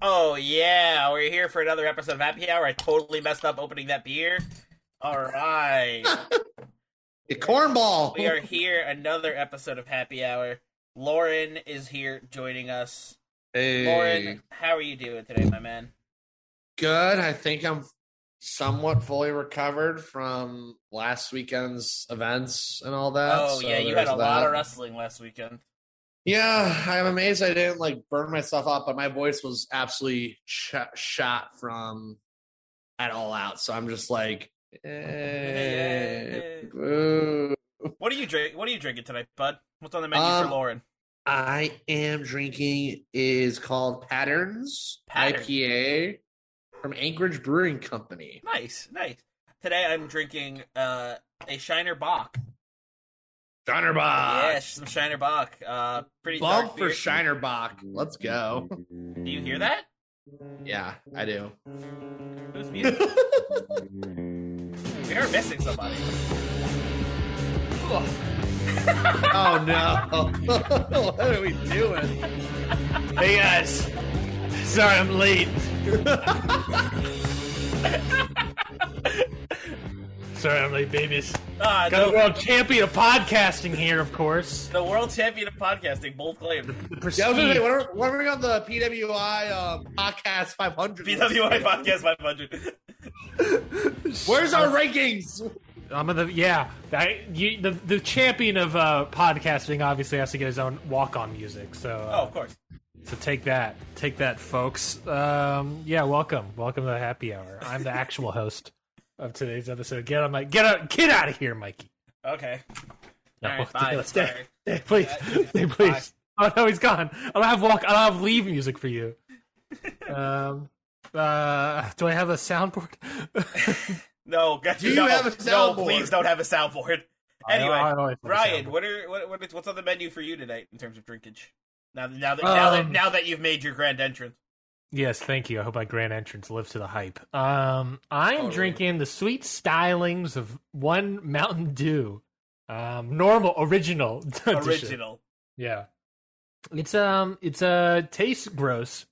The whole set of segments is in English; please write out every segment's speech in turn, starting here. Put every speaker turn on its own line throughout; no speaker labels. Oh yeah, we're here for another episode of Happy Hour. I totally messed up opening that beer. All right,
You cornball.
we are here another episode of Happy Hour. Lauren is here joining us.
Hey.
Lauren, how are you doing today, my man?
Good. I think I'm somewhat fully recovered from last weekend's events and all that.
oh
so
yeah, you had
there's
a lot of
that.
wrestling last weekend.
Yeah, I'm amazed I didn't like burn myself up, but my voice was absolutely sh- shot from at all out. So I'm just like, eh,
Yeah.
boo.
What are you drink? What are you drinking tonight, bud? What's on the menu for
Um,
Lauren?
I am drinking is called Patterns
Pattern.
IPA from Anchorage Brewing Company.
Nice, nice. Today I'm drinking uh, a Shiner Bock.
Donnerbach.
yes, some Shiner Bock. Uh, pretty dark
Bump Ah. for
beer.
Shinerbach. Let's go.
Do you hear that?
Yeah, I do.
Who's muted? We are missing somebody. Ugh.
oh no. what are we doing?
Hey guys, sorry I'm late. sorry I'm late, babies.
Ah,
Got a
the,
world champion of podcasting here, of course.
the world champion of podcasting, bold claim.
The
Yeah, I was gonna
prestige.
say, when, are, when are we on the PWI um, podcast 500?
BWI Podcast 500.
Where's our rankings?
I'm the yeah. I, you, the the champion of uh, podcasting obviously has to get his own walk on music. So
Oh,
uh,
of course.
so take that, take that, folks. Um, yeah, welcome, welcome to the happy hour. I'm the actual host of today's episode. Get on my get out, get out of here, Mikey.
Okay. All right,
No,
fine.
stay-
Sorry.
Hey, please, hey, please. Oh no, he's gone. I don't have walk. I don't have leave music for you. Um, uh, do I have a soundboard?
No, God,
Do you
no,
have a
No,
soundboard?
please don't have a soundboard.
I don't- I
Anyway,
don't always have a
Ryan,
soundboard.
what are what, what is, what's on the menu for you tonight in terms of drinkage? Now, now that now that
Um,
now that you've made your grand entrance,
Yes, thank you. I hope my grand entrance lives to the hype. Um, I'm
Oh,
Totally.
drinking the sweet stylings of one Mountain Dew, um, normal original edition.
original.
Yeah, it's um, it's uh, tastes gross.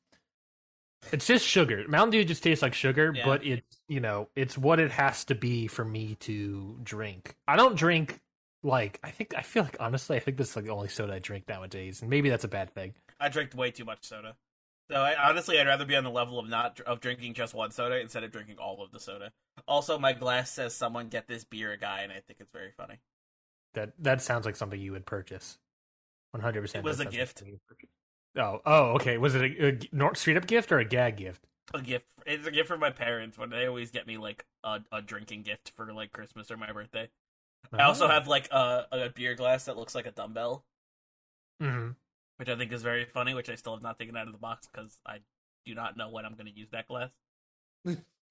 It's just sugar. Mountain Dew just tastes like sugar,
Yeah.
but it's you know it's what it has to be for me to drink. I don't drink like I think I feel like honestly I think this is like the only soda I drink nowadays, and maybe that's a bad thing.
I drank way too much soda. So I, honestly, I'd rather be on the level of not of drinking just one soda instead of drinking all of the soda. Also, my glass says "someone get this beer a guy," and I think it's very funny.
That that sounds like something you would purchase. One hundred percent.
It was a gift.
Oh, oh, okay. Was it a, a g- nor- straight up gift or a gag gift?
A gift. It's a gift from my parents when they always get me like a, a drinking gift for like Christmas or my birthday. I also
Oh.
have like a, a beer glass that looks like a dumbbell,
Mhm.
which I think is very funny. Which I still have not taken out of the box because I do not know when I'm going to use that glass.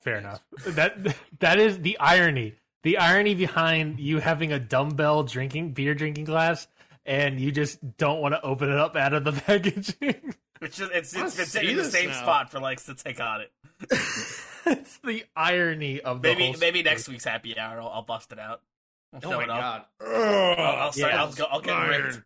Fair enough. That that is the irony. The irony behind you having a dumbbell drinking beer drinking glass and you just don't want to open it up out of the packaging.
Which is, it's
I wanna
it's been
see
sitting in the
this
same
now.
spot for like since I got it.
it's the irony of the
Maybe
whole
maybe next
situation.
week's happy hour, I'll, I'll bust it out. I'll
Oh
show
my
it off.
god.
I'll, I'll, start,
yeah.
Oh, I'll, go, I'll get ripped.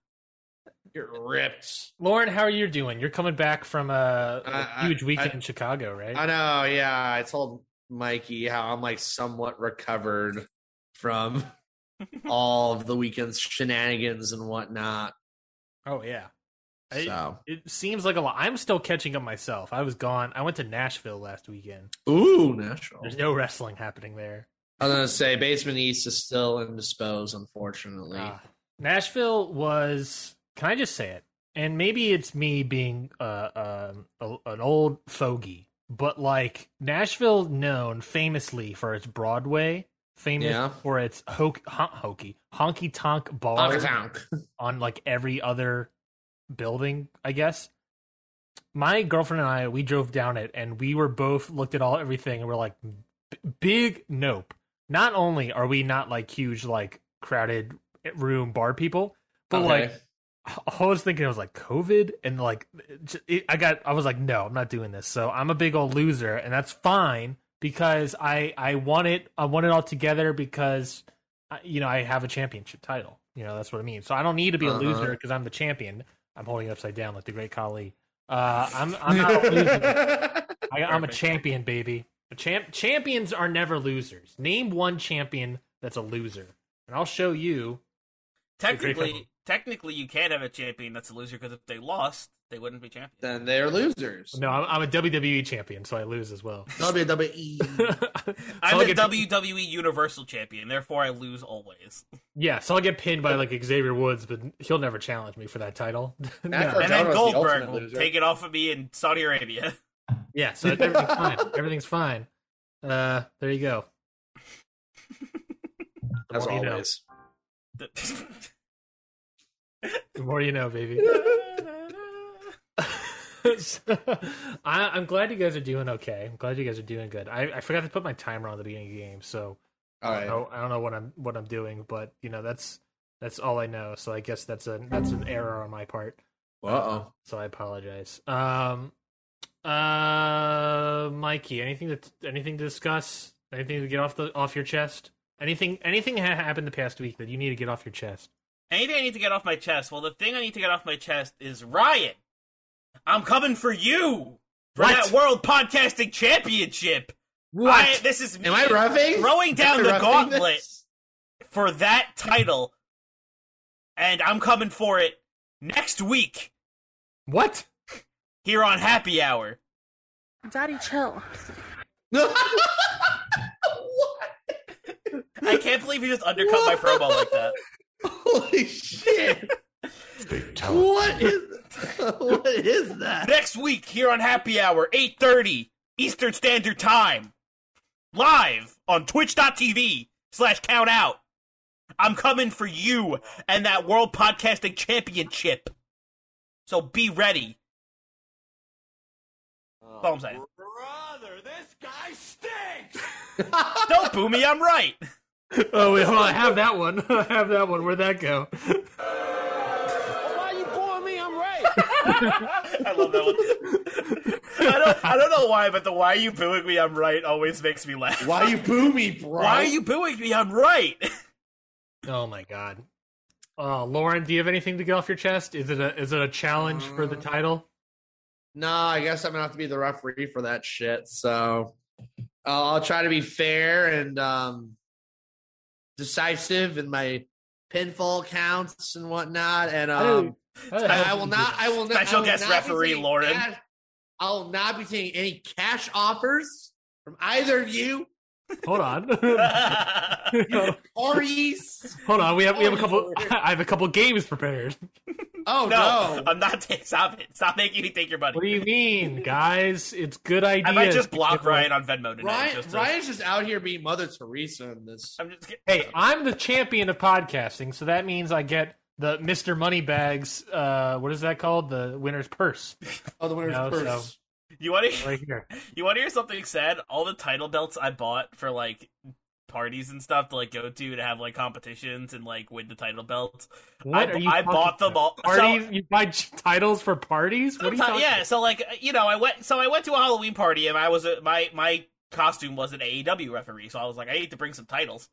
Get ripped.
Lauren, how are you doing? You're coming back from a, a
I- I-
huge weekend
I-
in Chicago, right?
I know. Yeah, I told Mikey how I'm like somewhat recovered from all of the weekend's shenanigans and whatnot.
oh yeah. I-
So,
It seems like a lot. I'm still catching up myself. I was gone. I went to Nashville last weekend.
ooh, natural.
There's no wrestling happening there.
I was gonna say Basement East is still indisposed, unfortunately.
Ah. Nashville was. Can I just say it? And maybe it's me being uh, um a, an old fogey, but like Nashville, known famously for its Broadway, famous
Yeah.
for its hoke, hon- hokey, honky tonk bar
Honky tonk.
on like every other building, I guess. My girlfriend and I, we drove down it, and we were both looked at all everything, and we're like, "B- big nope. Not only are we not like huge like crowded eh, room bar people, but like
Okay.
I was thinking it was like COVID, and like it- it, I got, I was like, no, I'm not doing this. So I'm a big old loser, and that's fine because I I want it, I want it all together because I- you know I have a championship title. You know that's what I mean. So I don't need to be a
Uh-huh.
loser because I'm the champion. I'm holding it upside down like the great Kali. Uh, I'm I'm not a loser. I, I'm a
Perfect.
champion, baby. A champ champions are never losers. Name one champion that's a loser, and I'll show you.
Technically, technically, you can't have a champion that's a loser because if they lost, they wouldn't be champion.
then they're losers.
No, I'm, I'm a WWE champion, so I lose as well.
WWE.
I'm
I'm
a WWE E Universal Champion, therefore I lose always.
yeah, so I'll get pinned by like Xavier Woods, but he'll never challenge me for that title. no.
After-
And then
Donald's the
Goldberg
ultimate
will
loser.
take it off of me in Saudi Arabia.
Yeah, so everything's fine. Everything's fine. Uh, there you go.
As
more you know.
always.
The more you know, baby. So, I, I'm glad you guys are doing okay. I'm glad you guys are doing good. I, I forgot to put my timer on at the beginning of the game, so
All right.
I, I don't know what I'm what I'm doing, but you know that's that's all I know. So I guess that's a that's an error on my part.
Uh oh.
so I apologize. Um, uh, Mikey, anything that anything to discuss? Anything to get off the off your chest? Anything anything ha- happened the past week that you need to get off your chest?
Anything I need to get off my chest? Well, the thing I need to get off my chest is Ryan. I'm coming for you for
What?
that World Podcasting Championship. I, this is me
Am I roughing?
throwing down
Am I
the
roughing
gauntlet
this?
for that title, and I'm coming for it next week
What?
here on Happy Hour.
Daddy, chill.
what?
I can't believe you just undercut my promo like that.
Holy shit. what is what is that?
Next week here on Happy Hour, 8.30 Eastern Standard Time, live on twitch.tv slash countout. I'm coming for you and that World Podcasting Championship. So be ready. That's all I'm saying. Don't boo me, I'm right.
Oh, wait, hold on. I have that one. I have that one. Where'd that go?
I love that one. I don't, I don't know why, but the why you booing me, I'm right always makes me laugh.
Why you boo me, bro?
Why are you booing me? I'm right.
Oh my god. Uh, Lauren, do you have anything to get off your chest? Is it a is it a challenge for
Uh,
the title?
No, I guess I'm gonna have to be the referee for that shit. So I'll I'll try to be fair and um, decisive in my pinfall counts and whatnot. And um, I, I will not. I will not. I
Special
will
guest
not be
referee,
taking
Lauren.
cash- I will not be taking any cash offers from either of you
Hold on.
parties.
Hold on. We have we have a couple. I have a couple games prepared.
Oh
no,
no!
I'm not. ta- stop it. Stop making me take your money.
What do you mean, guys? It's good ideas.
I might just block Ryan on Venmo tonight.
Ryan,
just to-
Ryan's just out here being Mother Teresa in this.
I'm just kidding.
Hey, I'm the champion of podcasting, so that means I get the Mr. Moneybags. Uh, what is that called? The winner's purse
Oh, the winner's
No, so-
purse.
you want to
right here.
you want to hear something sad? All the title belts I bought for like parties and stuff to like go to to have like competitions and like win the title belts.
What
I,
are you
I
talking
bought them
about?
all. so-
Parties? you buy ch- titles for parties? What are you
Sometime-
talking?
yeah, so like you know, I went so I went to a Halloween party and I was a, my my costume was an AEW referee, so I was like, I need to bring some titles.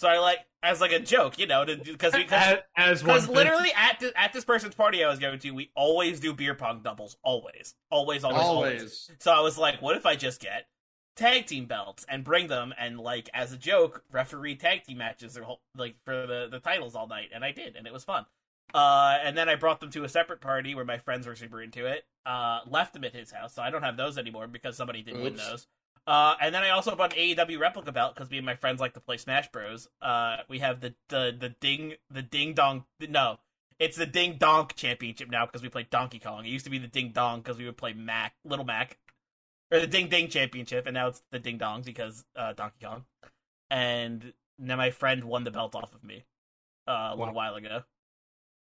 So I like as like a joke, you know, because
About?
because
As, as one
because literally at this, at this person's party I was going to, we always do beer pong doubles, always, always, always, always.
Always.
So I was like, what if I just get tag team belts and bring them and like as a joke referee tag team matches their whole, like for the the titles all night and I did and it was fun. Uh, and then I brought them to a separate party where my friends were super into it. Uh, left them at his house, so I don't have those anymore because somebody did win
Oops.
those. Uh, and then I also bought an AEW replica belt because me and my friends like to play Smash Bros. Uh, we have the the the ding the ding dong no it's the Ding Donk Championship now because we play Donkey Kong. It used to be the Ding Dong because we would play Mac, Little Mac. or the Ding Ding Championship, and now it's the Ding Dong because uh, Donkey Kong. And now my friend won the belt off of me uh, a little
Wow.
while ago.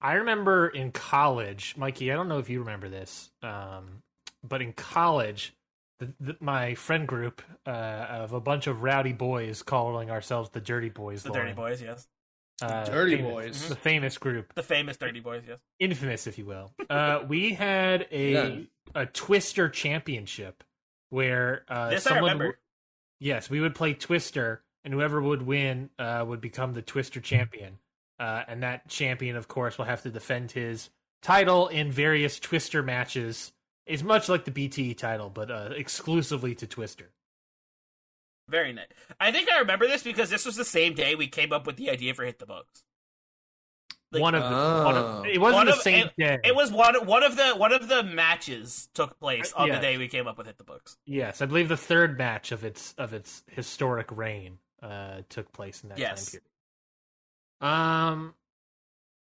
I remember in college, Mikey. I don't know if you remember this, um, but in college, the, the, my friend group uh, of a bunch of rowdy boys, calling ourselves the Dirty Boys,
The
Lauren.
Dirty Boys, yes,
Uh,
Dirty
famous-
Boys.
the famous group,
the famous Dirty Boys, yes.
infamous, if you will. Uh, we had a
Yeah.
a Twister championship where uh,
This I
someone.
remember.
w- yes, we would play Twister, and whoever would win uh, would become the Twister champion. Uh, and that champion, of course, will have to defend his title in various Twister matches. It's much like the BTE title, but uh, exclusively to Twister.
Very nice. I think I remember this because this was the same day we came up with the idea for Hit the Books. Like,
one of the, one of-
Oh.
it wasn't
One
the
of-
same day.
It was one one of the one of the matches took place on
Yeah.
the day we came up with Hit the Books.
Yes, I believe the third match of its of its historic reign uh, took place in that
Yes.
time period. Um,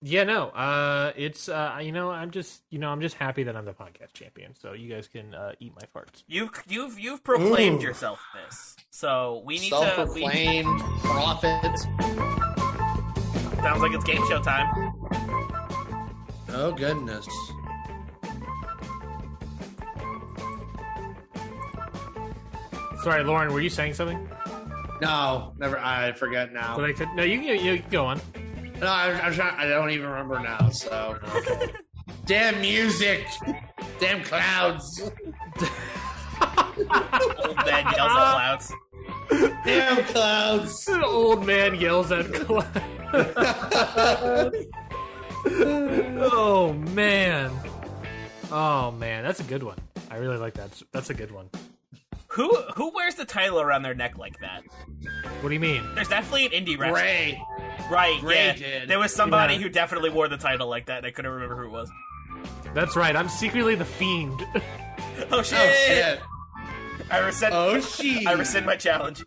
yeah, no, uh, it's uh, you know, I'm just you know, I'm just happy that I'm the podcast champion, so you guys can uh, eat my farts.
You've you've you've proclaimed
Ooh.
yourself this, so we need to. We,
Self-proclaimed prophets.
sounds like it's game show time.
Oh goodness.
Sorry, Lauren, were you saying something?
No, never. I forget now.
But I said no. You can, you can go on.
No, I, I'm trying, I don't even remember now. So, damn music, damn clouds,
Old man yells at clouds.
damn clouds.
An old man yells at Clyde. oh man, oh man, that's a good one. I really like that. That's a good one.
Who who wears the title around their neck like that?
What do you mean?
There's definitely an indie wrestler,
Ray, Oh,
right?
Ray
yeah,
did.
there was somebody
Yeah.
who definitely wore the title like that, and I couldn't remember who it was.
That's right. I'm secretly the fiend.
Oh shit!
oh shit,
I resent.
oh shit. Oh,
I rescind my challenge.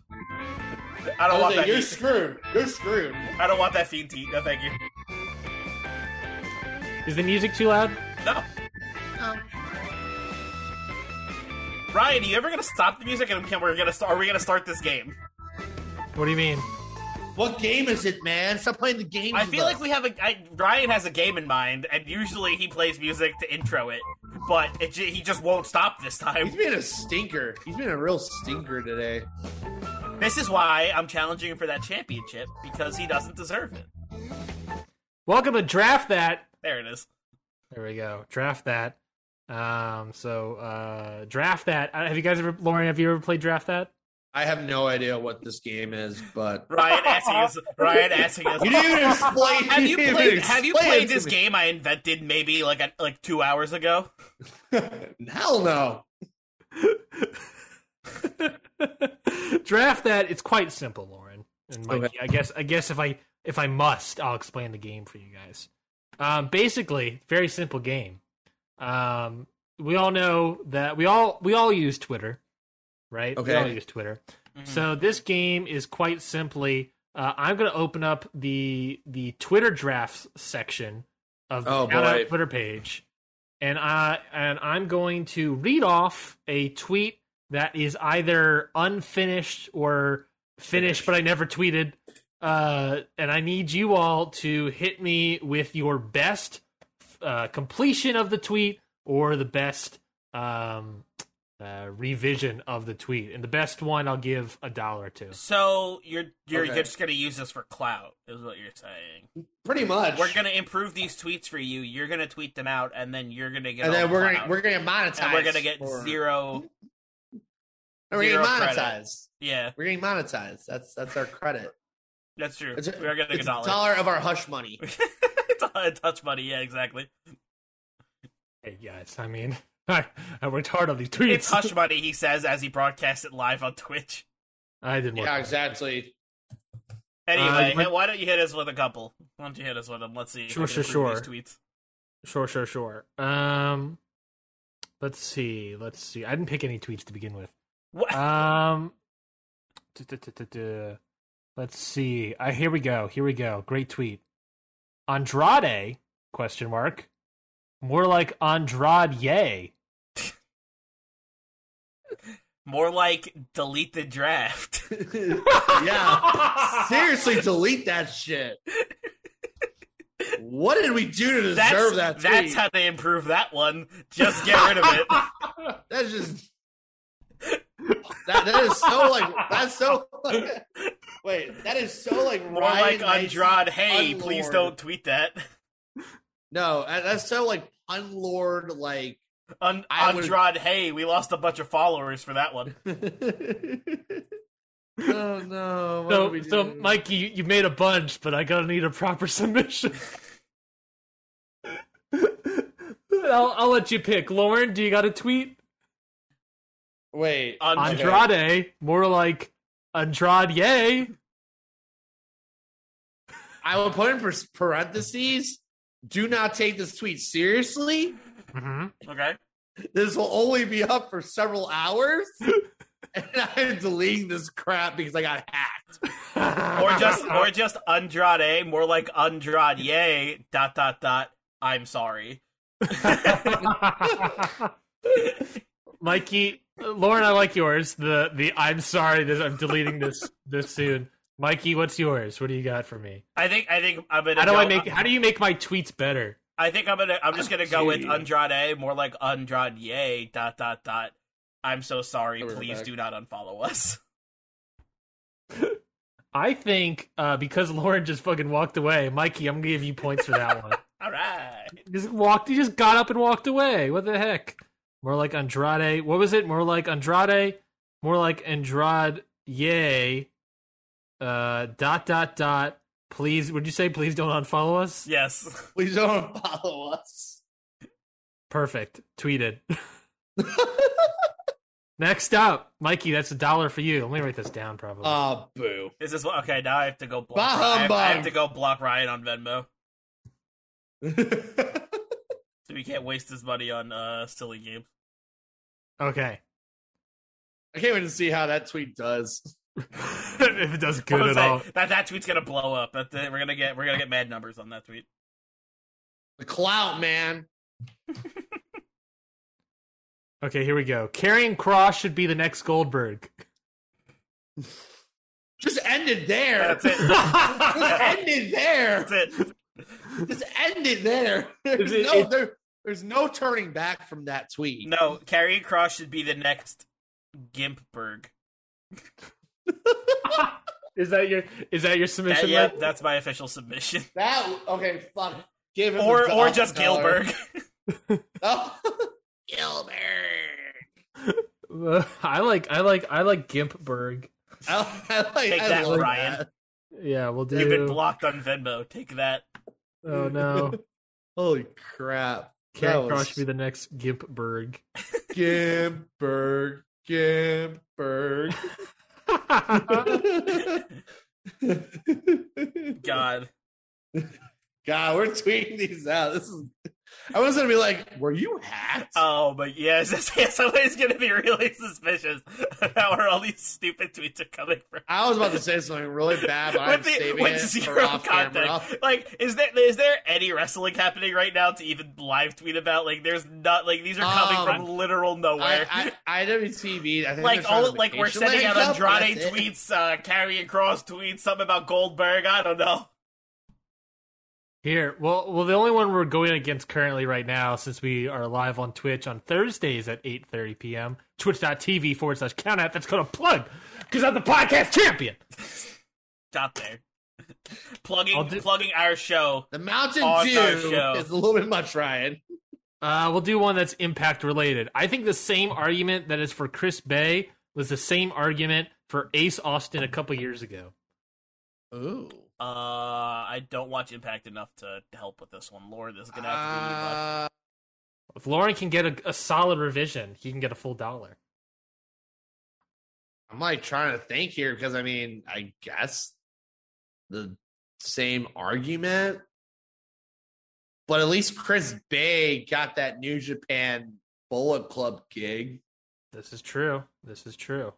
I don't want
Jose,
that.
you're
heat.
screwed. You're screwed.
I don't want that fiend teeth. No, thank you.
Is the music too loud?
No. Ryan, are you ever gonna stop the music? And can- we're gonna are we gonna start this game?
What do you mean?
What game is it, man? Stop playing the game.
I feel like we have a I, Ryan has a game in mind, and usually he plays music to intro it, but it, ju- he just won't stop this
He's
time.
being a stinker. He's being a real stinker today.
This is why I'm challenging him for that championship because he doesn't deserve it.
Welcome to draft that.
There it is.
There we go. Draft that. Um. So, uh, draft that. Uh, have you guys ever, Lauren? Have you ever played draft that?
I have no idea what this game is, but
Ryan asking us. Ryan asking us.
you didn't even explain.
Have you
didn't
played?
even
Have you
explain
played
it to
this
me.
game I invented maybe like a, like two hours ago?
Hell no.
draft that. It's quite simple, Lauren and Mikey.
Okay.
I guess. I guess if I if I must, I'll explain the game for you guys. Um, basically, very simple game. Um, we all know that we all we all use Twitter, right? We
Okay.
all use Twitter.
Mhm.
So this game is quite simply. Uh, I'm going to open up the the Twitter drafts section of the
Oh,
Shout Out
boy.
Twitter page, and I and I'm going to read off a tweet that is either unfinished or finished, but I never tweeted. Uh, and I need you all to hit me with your best uh, completion of the tweet or the best um, uh, revision of the tweet. And the best one I'll give a dollar to.
So you're you're
Okay.
just gonna use this for clout, is what you're saying.
Pretty much.
We're gonna improve these tweets for you. You're gonna tweet them out, and then you're gonna get. all
and then
the
we're gonna
clout.
we're gonna monetize.
and we're gonna get
for-
zero.
and we're gonna
zero credit.
monetize.
Yeah,
We're getting monetized. That's that's our credit.
that's true.
It's,
we're gonna get a
it's
dollar.
of our hush money.
it's a touch money. Yeah, exactly.
Hey guys, I mean, I, I worked hard on these tweets.
It's hush money. He says as he broadcasts it live on Twitch.
I didn't work.
yeah, exactly.
Anyway,
you might-
hey, why don't you hit us with a couple? Why don't you hit us with them? Let's see. if
Sure,
we can
sure,
improve
sure.
these Tweets.
Sure, sure, sure. Um, let's see, let's see. I didn't pick any tweets to begin with.
What?
Um, duh, duh, duh, duh, duh. let's see. Uh, here we go. Here we go. Great tweet. Andrade? Question mark. More like Andrade.
More like delete the draft.
yeah. Seriously, delete that shit. What did we do to deserve that?
that's
tweet?
how they improve that one. Just get rid of it.
That's just that. That is so like. That's so. wait, that is so like.
More like
Ryan Knight's-
Andrade, hey,
Unlord.
please don't tweet that.
No, that- that's so like unlord like.
Un-
I would-
Andrade, hey, we lost a bunch of followers for that one.
oh no! What did
So,
we
so
do?
Mikey, you, you made a bunch, but I gotta need a proper submission. I'll, I'll let you pick. Lauren, do you got a tweet?
wait,
And-
okay.
Andrade, more like Andrade. Yay!
I will put in pers- parentheses. Do not take this tweet seriously.
Mm-hmm.
Okay.
This will only be up for several hours. And I'm deleting this crap because I got hacked.
Or just or just Andrade, more like Andrade, yay, dot dot dot. I'm sorry.
Mikey, Lauren, I like yours. The the I'm sorry that I'm deleting this this soon. Mikey, what's yours? What do you got for me?
I think I think I'm gonna
How do
go,
I make? How do you make my tweets better?
I think I'm gonna I'm just gonna go with
Gee.
Andrade, more like Andrade, yay, dot dot dot. I'm so sorry,
Oh, we're
please
back.
do not unfollow us.
I think uh, because Lauren just fucking walked away, Mikey, I'm gonna give you points for that one.
Alright.
Just walked. He just got up and walked away. What the heck? More like Andrade. What was it? More like Andrade. More like Andrade. Yay. Uh. Dot. Dot. Dot. Please. Would you say please don't unfollow us?
Yes.
Please don't follow us.
Perfect. Tweeted. Next up, Mikey. That's a dollar for you. Let me write this down. Probably.
Uh,
Ah, boo.
Is this what okay, now I have to go block
Bah
Ryan. I have
humbug.
to go block Ryan on Venmo.
That's
So we can't waste his money on uh silly games.
okay.
I can't wait to see how that tweet does.
if it does good at
What was I-
all.
That that tweet's gonna blow up. That, that- we're gonna get we're gonna get mad numbers on that tweet.
The clout, man.
Okay. Here we go. Carrying Cross should be the next Goldberg.
Just ended there.
That's it.
Just
That's
ended there.
it.
Just ended there. There's
It-
no,
it-
there, there's no turning back from that tweet.
No, Carrie Cross should be the next Gimpberg.
Is that your? Is that your
That-
submission?
yep,
Mike?
that's my official submission.
That okay, fuck. Give him
Or
the
or just
dollar.
Gilberg.
Oh. Gilbert.
Uh, I like I like I like Gimpberg.
I, I like,
Take
I
that,
love
Ryan.
that.
Yeah, we'll do.
You've been blocked on Venmo. Take that.
Oh no,
Holy crap.
Karen
was-
Cross should be the next Gimpberg.
Gimberg. Gimberg.
God.
God, we're tweeting these out. This is I was gonna be like, were you hacked?
Oh, but yes, yes, somebody's gonna be really suspicious about where all these stupid tweets are coming from.
I was about to say something really bad, but I'm
the-
saving
with
it
zero
for off camera.
context. Like, is there is there any wrestling happening right now to even live tweet about? Like, there's not. Like, these are coming
Um,
from literal nowhere.
I, I, IWTV, I think
like
there's
all like we're
notification
sending
light
out
up,
Andrade
that's it.
tweets, uh, Karrion Cross tweets, something about Goldberg. I don't know.
Here, well, well, the only one we're going against currently right now, since we are live on Twitch on Thursdays at eight thirty p.m. Twitch.tv forward slash countout. That's gonna plug because I'm the podcast champion.
Stop there. plugging
I'll do-
plugging our show.
The Mountain
On our
Dew
show.
is a little bit much, Ryan.
Uh, we'll do one that's impact related. I think the same argument that is for Chris Bay was the same argument for Ace Austin a couple years ago.
Ooh.
Uh, I don't watch Impact enough to help with this one. Lord, this is gonna have to be. Uh...
Uh,
If Lauren can get a, a solid revision, he can get a full dollar.
I'm like trying to think here because I mean, I guess the same argument, but at least Chris Bay got that New Japan Bullet Club gig.
This is true. This is true.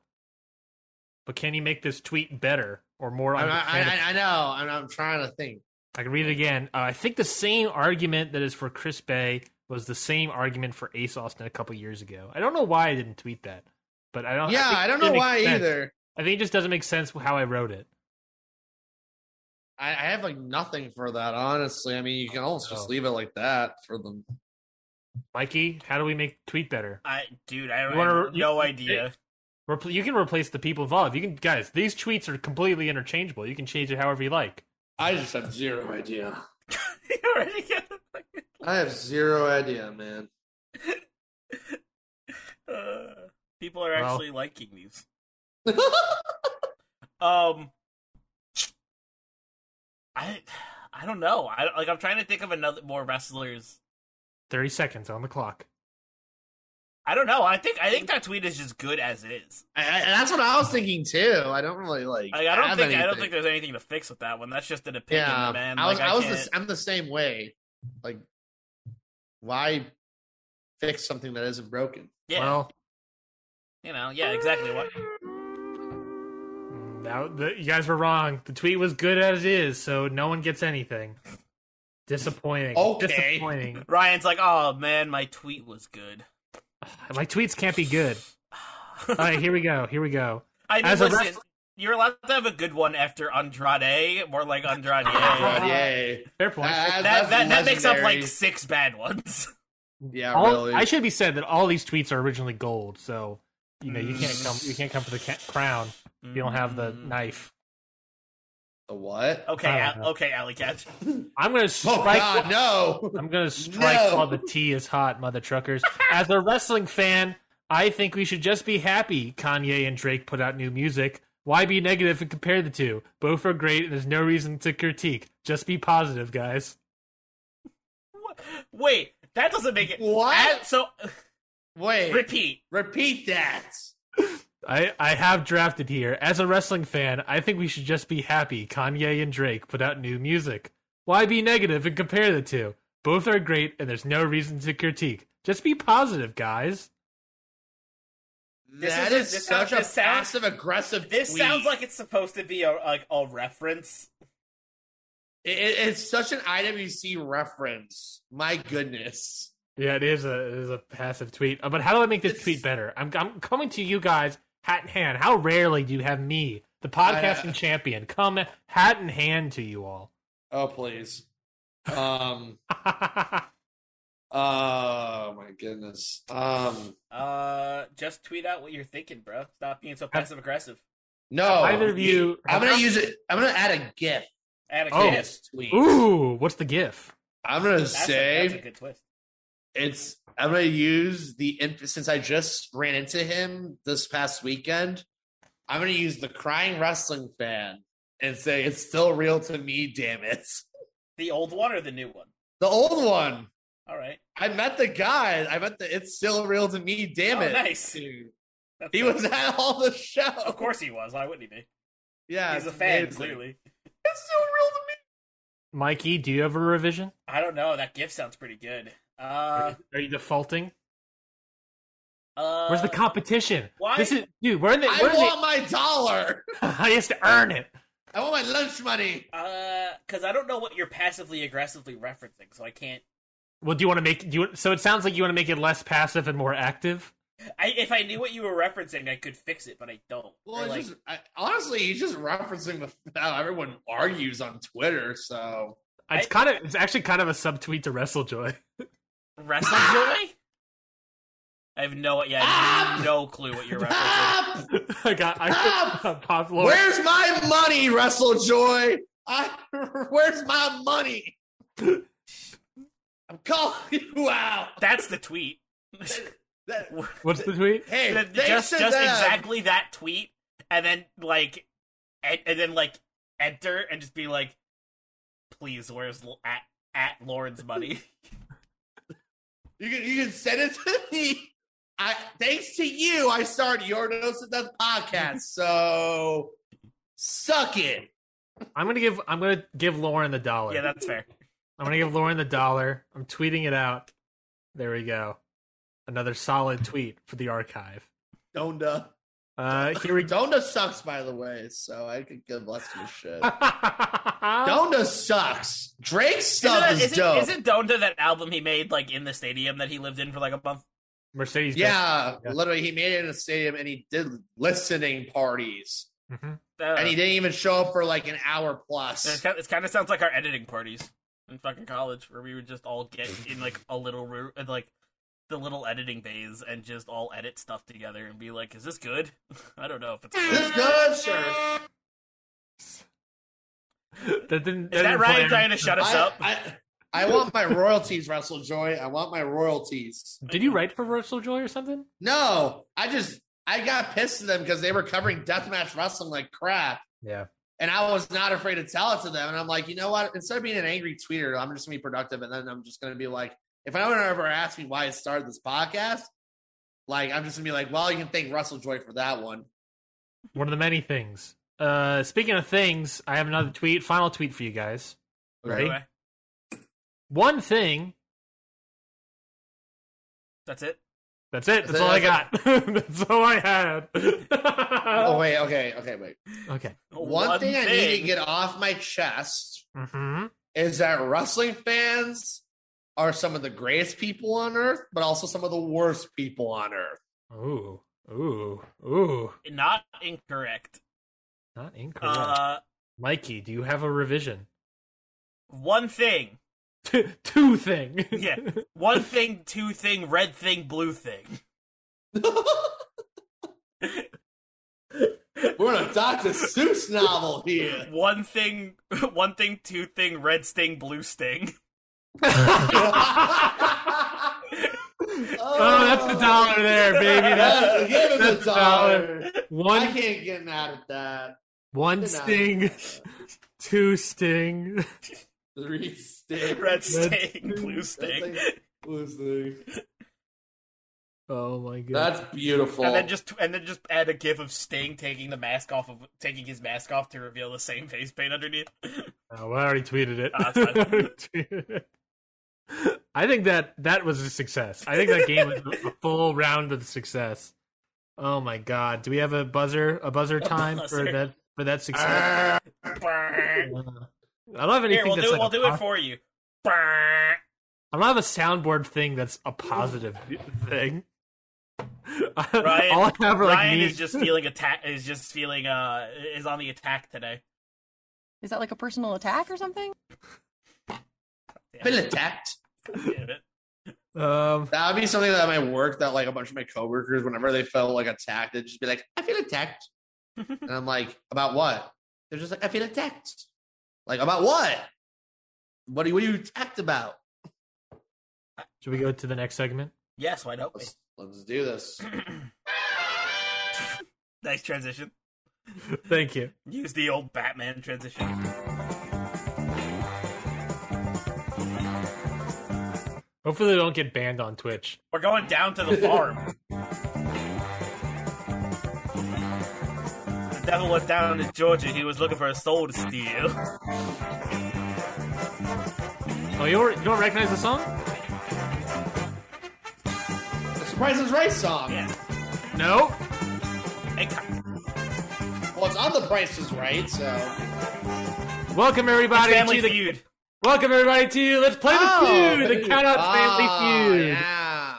But can he make this tweet better or more?
I, I,
understandable?
I, I know, and I'm trying to think.
I can read it again. Uh, I think the same argument that is for Chris Bay was the same argument for Ace Austin a couple years ago. I don't know why I didn't tweet that, But I don't.
yeah,
think
I don't
it
know
makes
why
sense.
either.
I think it just doesn't make sense how I wrote it.
I, I have like nothing for that, honestly. I mean, you can almost just
Oh.
leave it like that for them.
Mikey, how do we make tweet better?
I dude, I,
You wanna-
I have
you-
no idea.
Repl- you can replace the people involved. You can guys. These tweets are completely interchangeable. You can change it however you like.
I just have zero idea.
You already get it.
I have zero idea, man.
Uh, people are
Well.
actually liking these. Um, I I don't know. I like I'm trying to think of another more wrestlers.
Thirty seconds on the clock.
I don't know. I think I think that tweet is just good as is.
I, I, that's what I was thinking too. I don't really like.
Like, I don't
have
think I don't
anything.
think there's anything to fix with that one. That's just an opinion,
Yeah,
man.
I was.
like,
I,
I,
was.
can't-
The, I'm the same way. Like, why fix something that isn't broken?
yeah,
Well,
you know, yeah, exactly. What?
now the, you guys were wrong. The tweet was good as is, so no one gets anything. Disappointing.
Okay.
Disappointing.
Ryan's like, oh man, my tweet was good.
My tweets can't be good. All right, here we go. Here we go.
I mean,
As a
listen,
wrestler-
you're allowed to have a good one after Andrade, more like Andrade.
God,
that
yay!
Fair point.
That-
that,
That's
that makes up
legendary.
like six bad ones.
Yeah,
All-
really.
I should be said that all these tweets are originally gold, so you know you
Mm.
can't come you can't come for the ca- crown. if You don't have the
Mm.
knife.
the what?
Okay,
I don't
Al-
know.
okay, Alley Catch.
I'm gonna
Oh
strike.
God, no!
I'm gonna strike
No.
while the tea is hot, mother truckers. As a wrestling fan, I think we should just be happy. Kanye and Drake put out new music. Why be negative and compare the two? Both are great, and there's no reason to critique. Just be positive, guys.
Wait, that doesn't make it.
What?
At- so
Wait,
repeat.
repeat that.
I, I have drafted here. As a wrestling fan, I think we should just be happy Kanye and Drake put out new music. Why be negative and compare the two? Both are great and there's no reason to critique. Just be positive, guys.
This
that
is-
is,
this
such
sounds-
a
this sounds-
passive aggressive.
This sounds like it's supposed to be a like a reference.
it, it- it's such an IWC reference. My goodness.
Yeah, it is a it is a passive tweet. Uh, But how do I make this
It's-
tweet better? I'm I'm coming to you guys hat in hand. How rarely do you have me, the podcasting
I- uh,
champion, come hat in hand to you all?
Oh please. Um.
I
Oh my goodness. Um.
Uh, just tweet out what you're thinking, bro. Stop being so passive aggressive.
No.
Either of you-
I'm gonna use it. I'm gonna add a GIF.
Add a
Oh.
twist.
Yes, tweet.
Ooh, what's the gif?
I'm gonna
That's,
say
a, that's a good twist.
it's. I'm gonna use the inf- since I just ran into him this past weekend. I'm gonna use the crying wrestling fan and say it's still real to me. Damn it,
The old one or the new one?
the old one.
All right.
I met the guy. I met the. It's still real to me. Damn
Oh,
it,
nice.
dude.
That's
He
good.
was at all the show.
Of course he was. Why wouldn't he be?
yeah,
He's a
it's
fan,
amazing.
clearly.
It's still real to me.
Mikey, do you have a revision?
I don't know. That gift sounds pretty good. Uh,
Are you defaulting?
uh,
Where's the competition?
why-
This is dude. We're in the.
I
We're in
want
the
my dollar.
I has to earn it.
I want my lunch money.
Uh, because I don't know what you're passively aggressively referencing, so I can't.
Well, do you want to make? Do you, so it sounds like you want to make it less passive and more active.
I if I knew what you were referencing, I could fix it, but I don't.
Well,
Or,
it's
like,
just I, honestly, he's just referencing the, how everyone argues on Twitter. So
It's
I-
kind of. It's actually kind of a subtweet to WrestleJoy.
wrestling joy. I have no yeah, I
Ah!
have no clue what you're referencing.
Pop!
I got. I
Stop!
pop Lord.
where's my money, Wrestle Joy? I, where's my money? I'm calling you out.
That's the tweet.
That-
What's the tweet?
hey,
just
they
just
said that.
exactly that tweet, and then like, and, and then like enter and just be like, please, where's L- at at Lauren's money?
You can you can send it to me. I thanks to you, I started your notes at the podcast. So suck it.
I'm gonna give. I'm gonna give Lauren the dollar.
yeah, that's fair.
I'm gonna give Lauren the dollar. I'm tweeting it out. There we go. Another solid tweet for the archive.
Donda.
Uh, here we go.
Donda sucks, by the way. So I could give less of a shit. Donda sucks. Drake
Isn't that-
stuff is
isn't-
dope.
Isn't Donda that album he made like in the stadium that he lived in for like a month?
Mercedes.
Yeah,
Yeah.
literally, he made it in a stadium and he did listening parties,
hmm
Uh,
and he didn't even show up for like an hour
It
plus.
kind, of, it kind of sounds like our editing parties in fucking college, where we would just all get in like a little room, in, like the little editing bays, and just all edit stuff together and be like, "Is this good? I don't know if it's good.
This is good, sir.
That didn't.
Is that
didn't
Ryan
play.
trying to shut us
I,
up?
I, I want my royalties, Russell Joy. I want my royalties.
Did you write for Russell Joy or something?
No, I just I got pissed at them because they were covering deathmatch wrestling like crap.
Yeah.
And I was not afraid to tell it to them. And I'm like, you know what? Instead of being an angry tweeter, I'm just gonna be productive. And then I'm just gonna be like, if anyone ever asks me why I started this podcast, like I'm just gonna be like, well, you can thank Russell Joy for that one.
One of the many things. Uh, speaking of things, I have another tweet. Final tweet for you guys. Ready?
Anyway,
One thing.
that's it.
That's it. That's
That's it,
all I got.
that's
that's all I had.
Oh wait, okay, okay, wait.
Okay.
One, thing, I need to get off my chest
hmm
is that wrestling fans are some of the greatest people on earth, but also some of the worst people on earth.
Ooh. Ooh. Ooh.
not incorrect.
Not incorrect.
Uh,
Mikey, do you have a revision?
one thing,
T- two thing.
Yeah. one thing, two thing, red thing, blue thing.
We're in a Dr. Seuss novel here.
One thing, one thing, two thing, red sting, blue sting.
oh,
oh, that's the dollar there, baby. That's
That's, give him
that's
the
the dollar.
dollar. I
one
can't get mad at that.
one
Good
sting, two sting.
Three sticks.
Red sting,
sting,
blue
That's
sting.
like- blue stick.
Oh my god.
That's beautiful.
And then just and then just add a gif of Sting taking the mask off of taking his mask off to reveal the same face paint underneath.
oh, well, I already tweeted it.
Ah, that's fine.
I already tweeted it. I think that that was a success. I think that game was a full round of success. Oh my god. Do we have a buzzer a buzzer time
buzzer.
for that for that success? Uh,
Arr.
I
Here,
don't have anything
we'll
that's
do it.
like
We'll
a
do
pos-
it for you.
I don't have a soundboard thing that's a positive thing.
Ryan-
All I have are like
Ryan
me-
is just feeling attack. Is just feeling uh is on the attack today.
Is that like a personal attack or something?
Been attacked.
Damn it.
um,
That would be something that might work. That like a bunch of my coworkers, whenever they felt like attacked, they'd just be like, "I feel attacked," and I'm like, "About what?" They're just like, "I feel attacked." Like about what? What are, what are you attacked about?
should we go to the next segment?
Yes, why don't we?
Let's, let's do this.
nice transition.
Thank you.
Use the old Batman transition.
Hopefully, they don't get banned on Twitch.
We're going down to the farm. the devil went down to Georgia. He was looking for a soul to steal.
Oh, you don't, you don't recognize the song?
The Surprise is Right song.
Yeah.
No.
Hey, co-
Well, it's on The Price is Right, so
Welcome everybody
Family
to the
Feud.
welcome everybody to let's play the
Oh,
feud, the Count Out
Ah,
Oh,
Family Feud,
Yeah.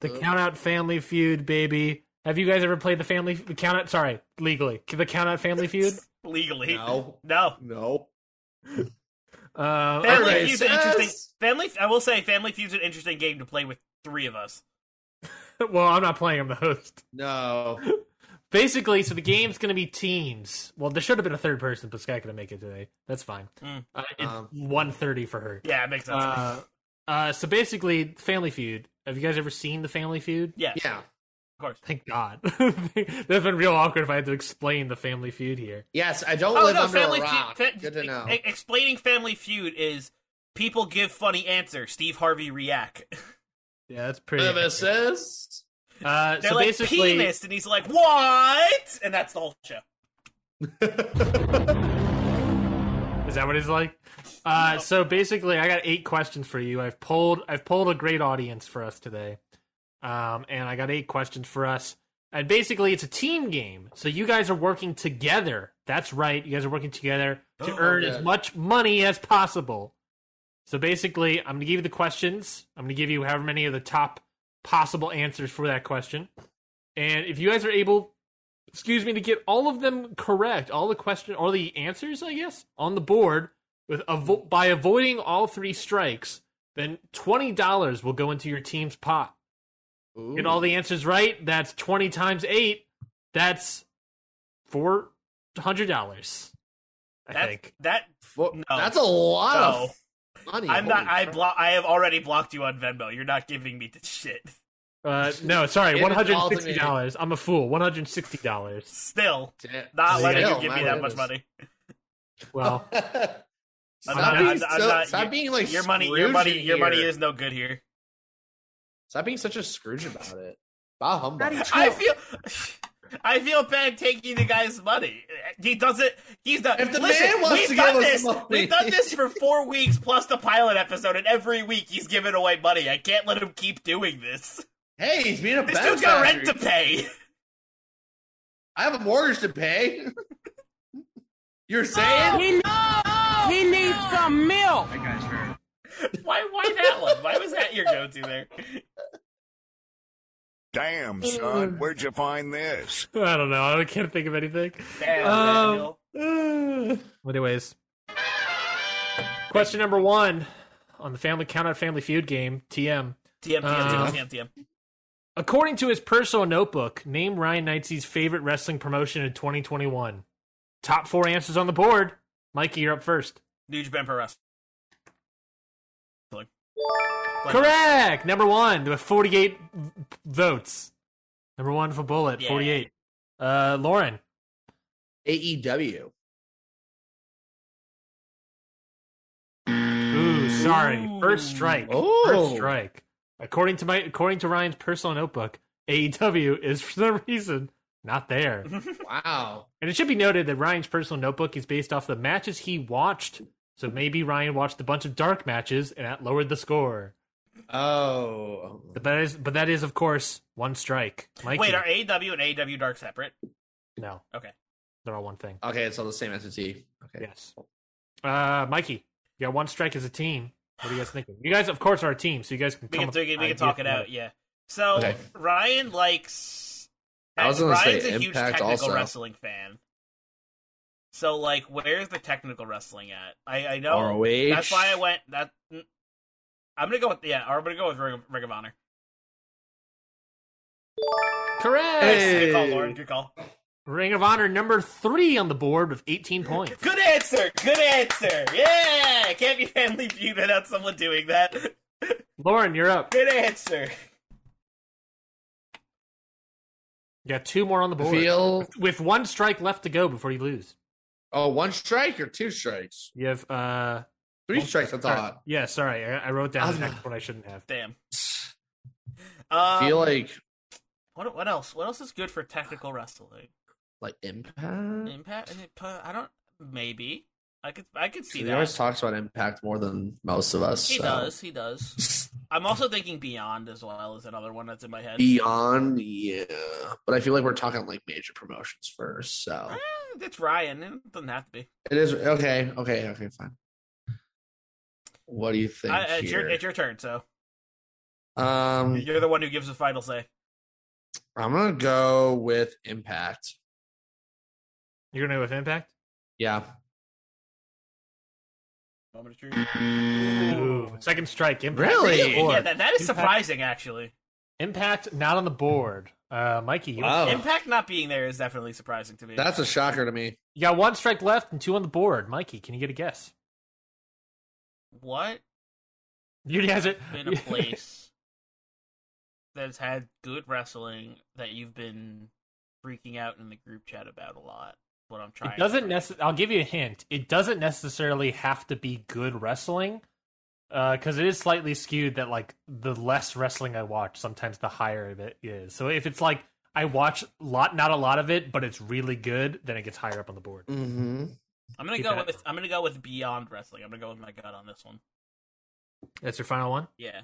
the Count Out Family Feud, baby. Have you guys ever played the Family the Count Out? Sorry, legally, the Count Out Family Feud.
Legally.
No.
No.
No.
Uh,
There
Family
it
Feud's an interesting.
is.
Family. I will say, Family Feud's an interesting game to play with three of us.
well, I'm not playing. I'm the host.
No.
Basically, so the game's going to be teams. Well, there should have been a third person, but Sky couldn't make it today. That's fine.
Mm.
Uh, it's
Um.
1.30 for her.
Yeah, it makes sense.
Uh, uh, so basically, Family Feud. Have you guys ever seen the Family Feud?
yeah, of
Yeah.
course.
Thank God. that would have been real awkward if I had to explain the Family Feud here.
Yes, I don't
Oh
live
no,
under
Family
a rock.
Feud. fa-
Good to know.
e- explaining Family Feud is people give funny answer. Steve Harvey react.
Yeah, that's pretty.
Services.
Uh,
They're
so
like
basically,
penis, and he's like, "What?" And that's the whole show.
is that what it's like? Uh, So basically, I got eight questions for you. I've pulled. I've pulled a great audience for us today, um, and I got eight questions for us. And basically, it's a team game. So you guys are working together. That's right. You guys are working together to
Oh,
earn
yeah.
as much money as possible. So basically, I'm going to give you the questions. I'm going to give you however many of the top possible answers for that question. And if you guys are able, excuse me, to get all of them correct, all the question, all the answers, I guess, on the board with avo- by avoiding all three strikes, then twenty dollars will go into your team's pot. Get all the answers right. That's twenty times eight. That's four hundred dollars. I
That-
think.
that
Fo-
no.
That's a lot
no.
of money.
I'm not.
Holy
I blo- I have already blocked you on Venmo. You're not giving me the shit.
Uh, no, sorry,
Give
one
it
hundred
all to
sixty
me.
dollars. I'm a fool. One hundred sixty dollars.
Still,
crap.
not letting
Still,
you give me that much money.
Well,
Stop,
I'm not-
being,
I'm
so-
not-
stop being like
Your money, your
Scrooge
money,
in
your money
here.
is no good here.
Stop being such a Scrooge about it. Bah humbug.
Daddy, chill.
I feel, I feel bad taking the guy's money. He doesn't. He's not.
If the
listen,
man wants
we've
to
done
give us
this.
money.
We've done this for four weeks plus the pilot episode, and every week he's giving away money. I can't let him keep doing this.
Hey, he's being a
This dude's got rent to
benefactor.
pay.
I have a mortgage to pay. You're saying?
He needs some milk.
Why? Why that one? Why was that your go-to there?
Damn, son, where'd you find this?
I don't know. I can't think of anything.
Damn,
Um,
Daniel.
Anyways, question number one on the Family Count Out Family Feud game TM.
TM, TM,
uh,
TM, TM, TM.
According to his personal notebook, name Ryan Knightsey's favorite wrestling promotion in 2021. Top four answers on the board. Mikey, you're up first.
New Japan Pro Wrestling. Like- like-
Correct. Number one with 48 v- votes. Number one for Bullet,
Yeah.
48. Uh, Lauren,
AEW.
Ooh, sorry. First strike.
Ooh.
Oh.
First strike. According to my according to Ryan's personal notebook, AEW is for some reason not there.
Wow.
and it should be noted that Ryan's personal notebook is based off the matches he watched. So maybe Ryan watched a bunch of dark matches and that lowered the score.
Oh.
But that is but that is of course one strike. Mikey,
Wait, are AEW and AEW Dark separate?
No.
Okay.
They're all one thing.
Okay, it's all the same entity. Okay.
Yes. Uh Mikey, you got one strike as a team. What are you guys thinking? You guys of course are a team, so you guys can
We
come
can,
up
we
with
can, we can
ideas
talk it
together.
out. Yeah. So
Okay.
Ryan likes.
I was gonna say
Ryan's a huge
Impact
technical
also.
wrestling fan. So like, where's the technical wrestling at? I I know
ROH.
that's why I went that. mm, I'm gonna go with yeah. I'm gonna go with Ring of, Ring of Honor.
Correct.
Hey.
Good call, Lauren. Good call.
Ring of Honor number three on the board with 18 points.
Good answer. Good answer. Yeah. Can't be family feud without someone doing that.
Lauren, you're up.
Good answer.
You got two more on the board.
Feel.
With one strike left to go before you lose.
Oh, one strike or two strikes?
You have, uh.
Three strikes, I thought.
Yeah, sorry. I, I wrote down the
Ah.
next one I shouldn't have.
Damn. Um,
feel like
what what else? What else is good for technical wrestling?
like impact.
Impact? is it pu- I don't. Maybe I could. I could see
He
that.
always talks about impact more than most of us.
he
so.
does. He does. I'm also thinking Beyond as well is another one that's in my head.
Beyond, yeah. But I feel like we're talking like major promotions first. So
Eh, it's Ryan. It doesn't have to be.
it is okay, okay, okay, fine. What do you think?
I, it's your
here?
it's your turn. So
um,
you're the one who gives the final say.
I'm gonna go with impact.
You're going to go with Impact?
Yeah.
Moment of truth.
Ooh. Second strike. Impact.
Really?
Four.
Yeah, that, that is
Impact-
surprising actually.
Impact not on the board. Uh, Mikey, you,
Wow. Oh.
Impact not being there is definitely surprising to me.
That's a shocker to me.
you got one strike left and two on the board. Mikey, can you get a guess?
what
You guys are.
been a place that's had good wrestling that you've been freaking out in the group chat about a lot. What I'm trying.
It doesn't
to-
necessarily. I'll give you a hint. It doesn't necessarily have to be good wrestling, because it is slightly skewed that like the less wrestling I watch, sometimes the higher it is. So if it's like I watch lot, not a lot of it, but it's really good, then it gets higher up on the board.
Mm-hmm.
I'm gonna
Keep
go
at it.
with I'm gonna go with Beyond Wrestling. I'm gonna go with my gut on this one.
That's your final one.
Yeah.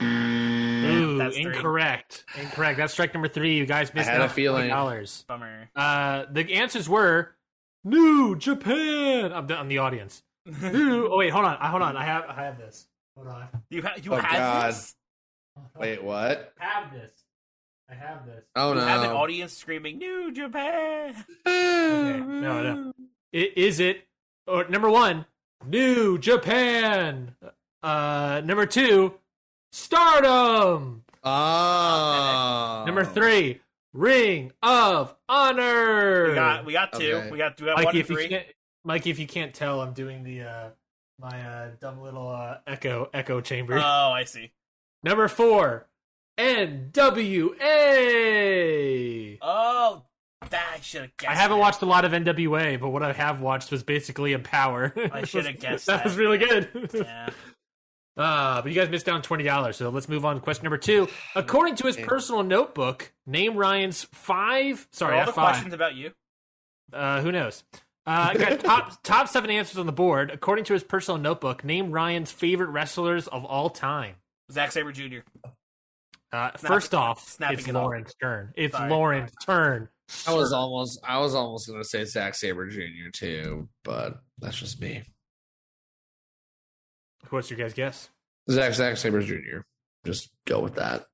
Mm.
Ooh,
that's three.
incorrect. Incorrect. That's strike number three. You guys missed
had
out
a feeling.
dollars.
Bummer.
Uh, the answers were New Japan. I'm, done- I'm the audience. New. Oh wait, hold on. I hold on. I have I have this. Hold on.
You ha- you
Oh,
have
God.
this?
Wait, what?
I have this. I have this.
Oh
You
no!
have an audience screaming New Japan.
Okay. No, no. Mm-hmm. I- Is it or number one, New Japan? Uh, number two, Stardom.
Oh.
Number three, Ring of Honor.
We got we got two.
Okay.
We got we got one
Mikey,
and
if you
three.
can't, Mikey, if you can't tell, I'm doing the uh, my uh, dumb little uh, echo echo chamber.
Oh, I see.
Number four, NWA.
Oh, that I should have guessed.
I haven't
that.
watched a lot of NWA, but what I have watched was basically Empower.
I should've guessed
that.
that.
was really good.
Yeah.
Uh, but you guys missed down twenty dollars, so let's move on. to Question number two. According to his personal notebook, name Ryan's five.
Are
Sorry,
all
F
the
five.
questions about you?
Uh, who knows? Uh, got top top seven answers on the board. According to his personal notebook, name Ryan's favorite wrestlers of all time.
Zack Saber Jr.
Uh, first off,
snapping
it's
it off.
Lauren's turn. It's
Sorry.
Lauren's turn.
I was almost. I was almost gonna say Zack Saber Jr. too, but that's just me.
What's your guys' guess?
Zack Zack Saber Jr. Just go with that.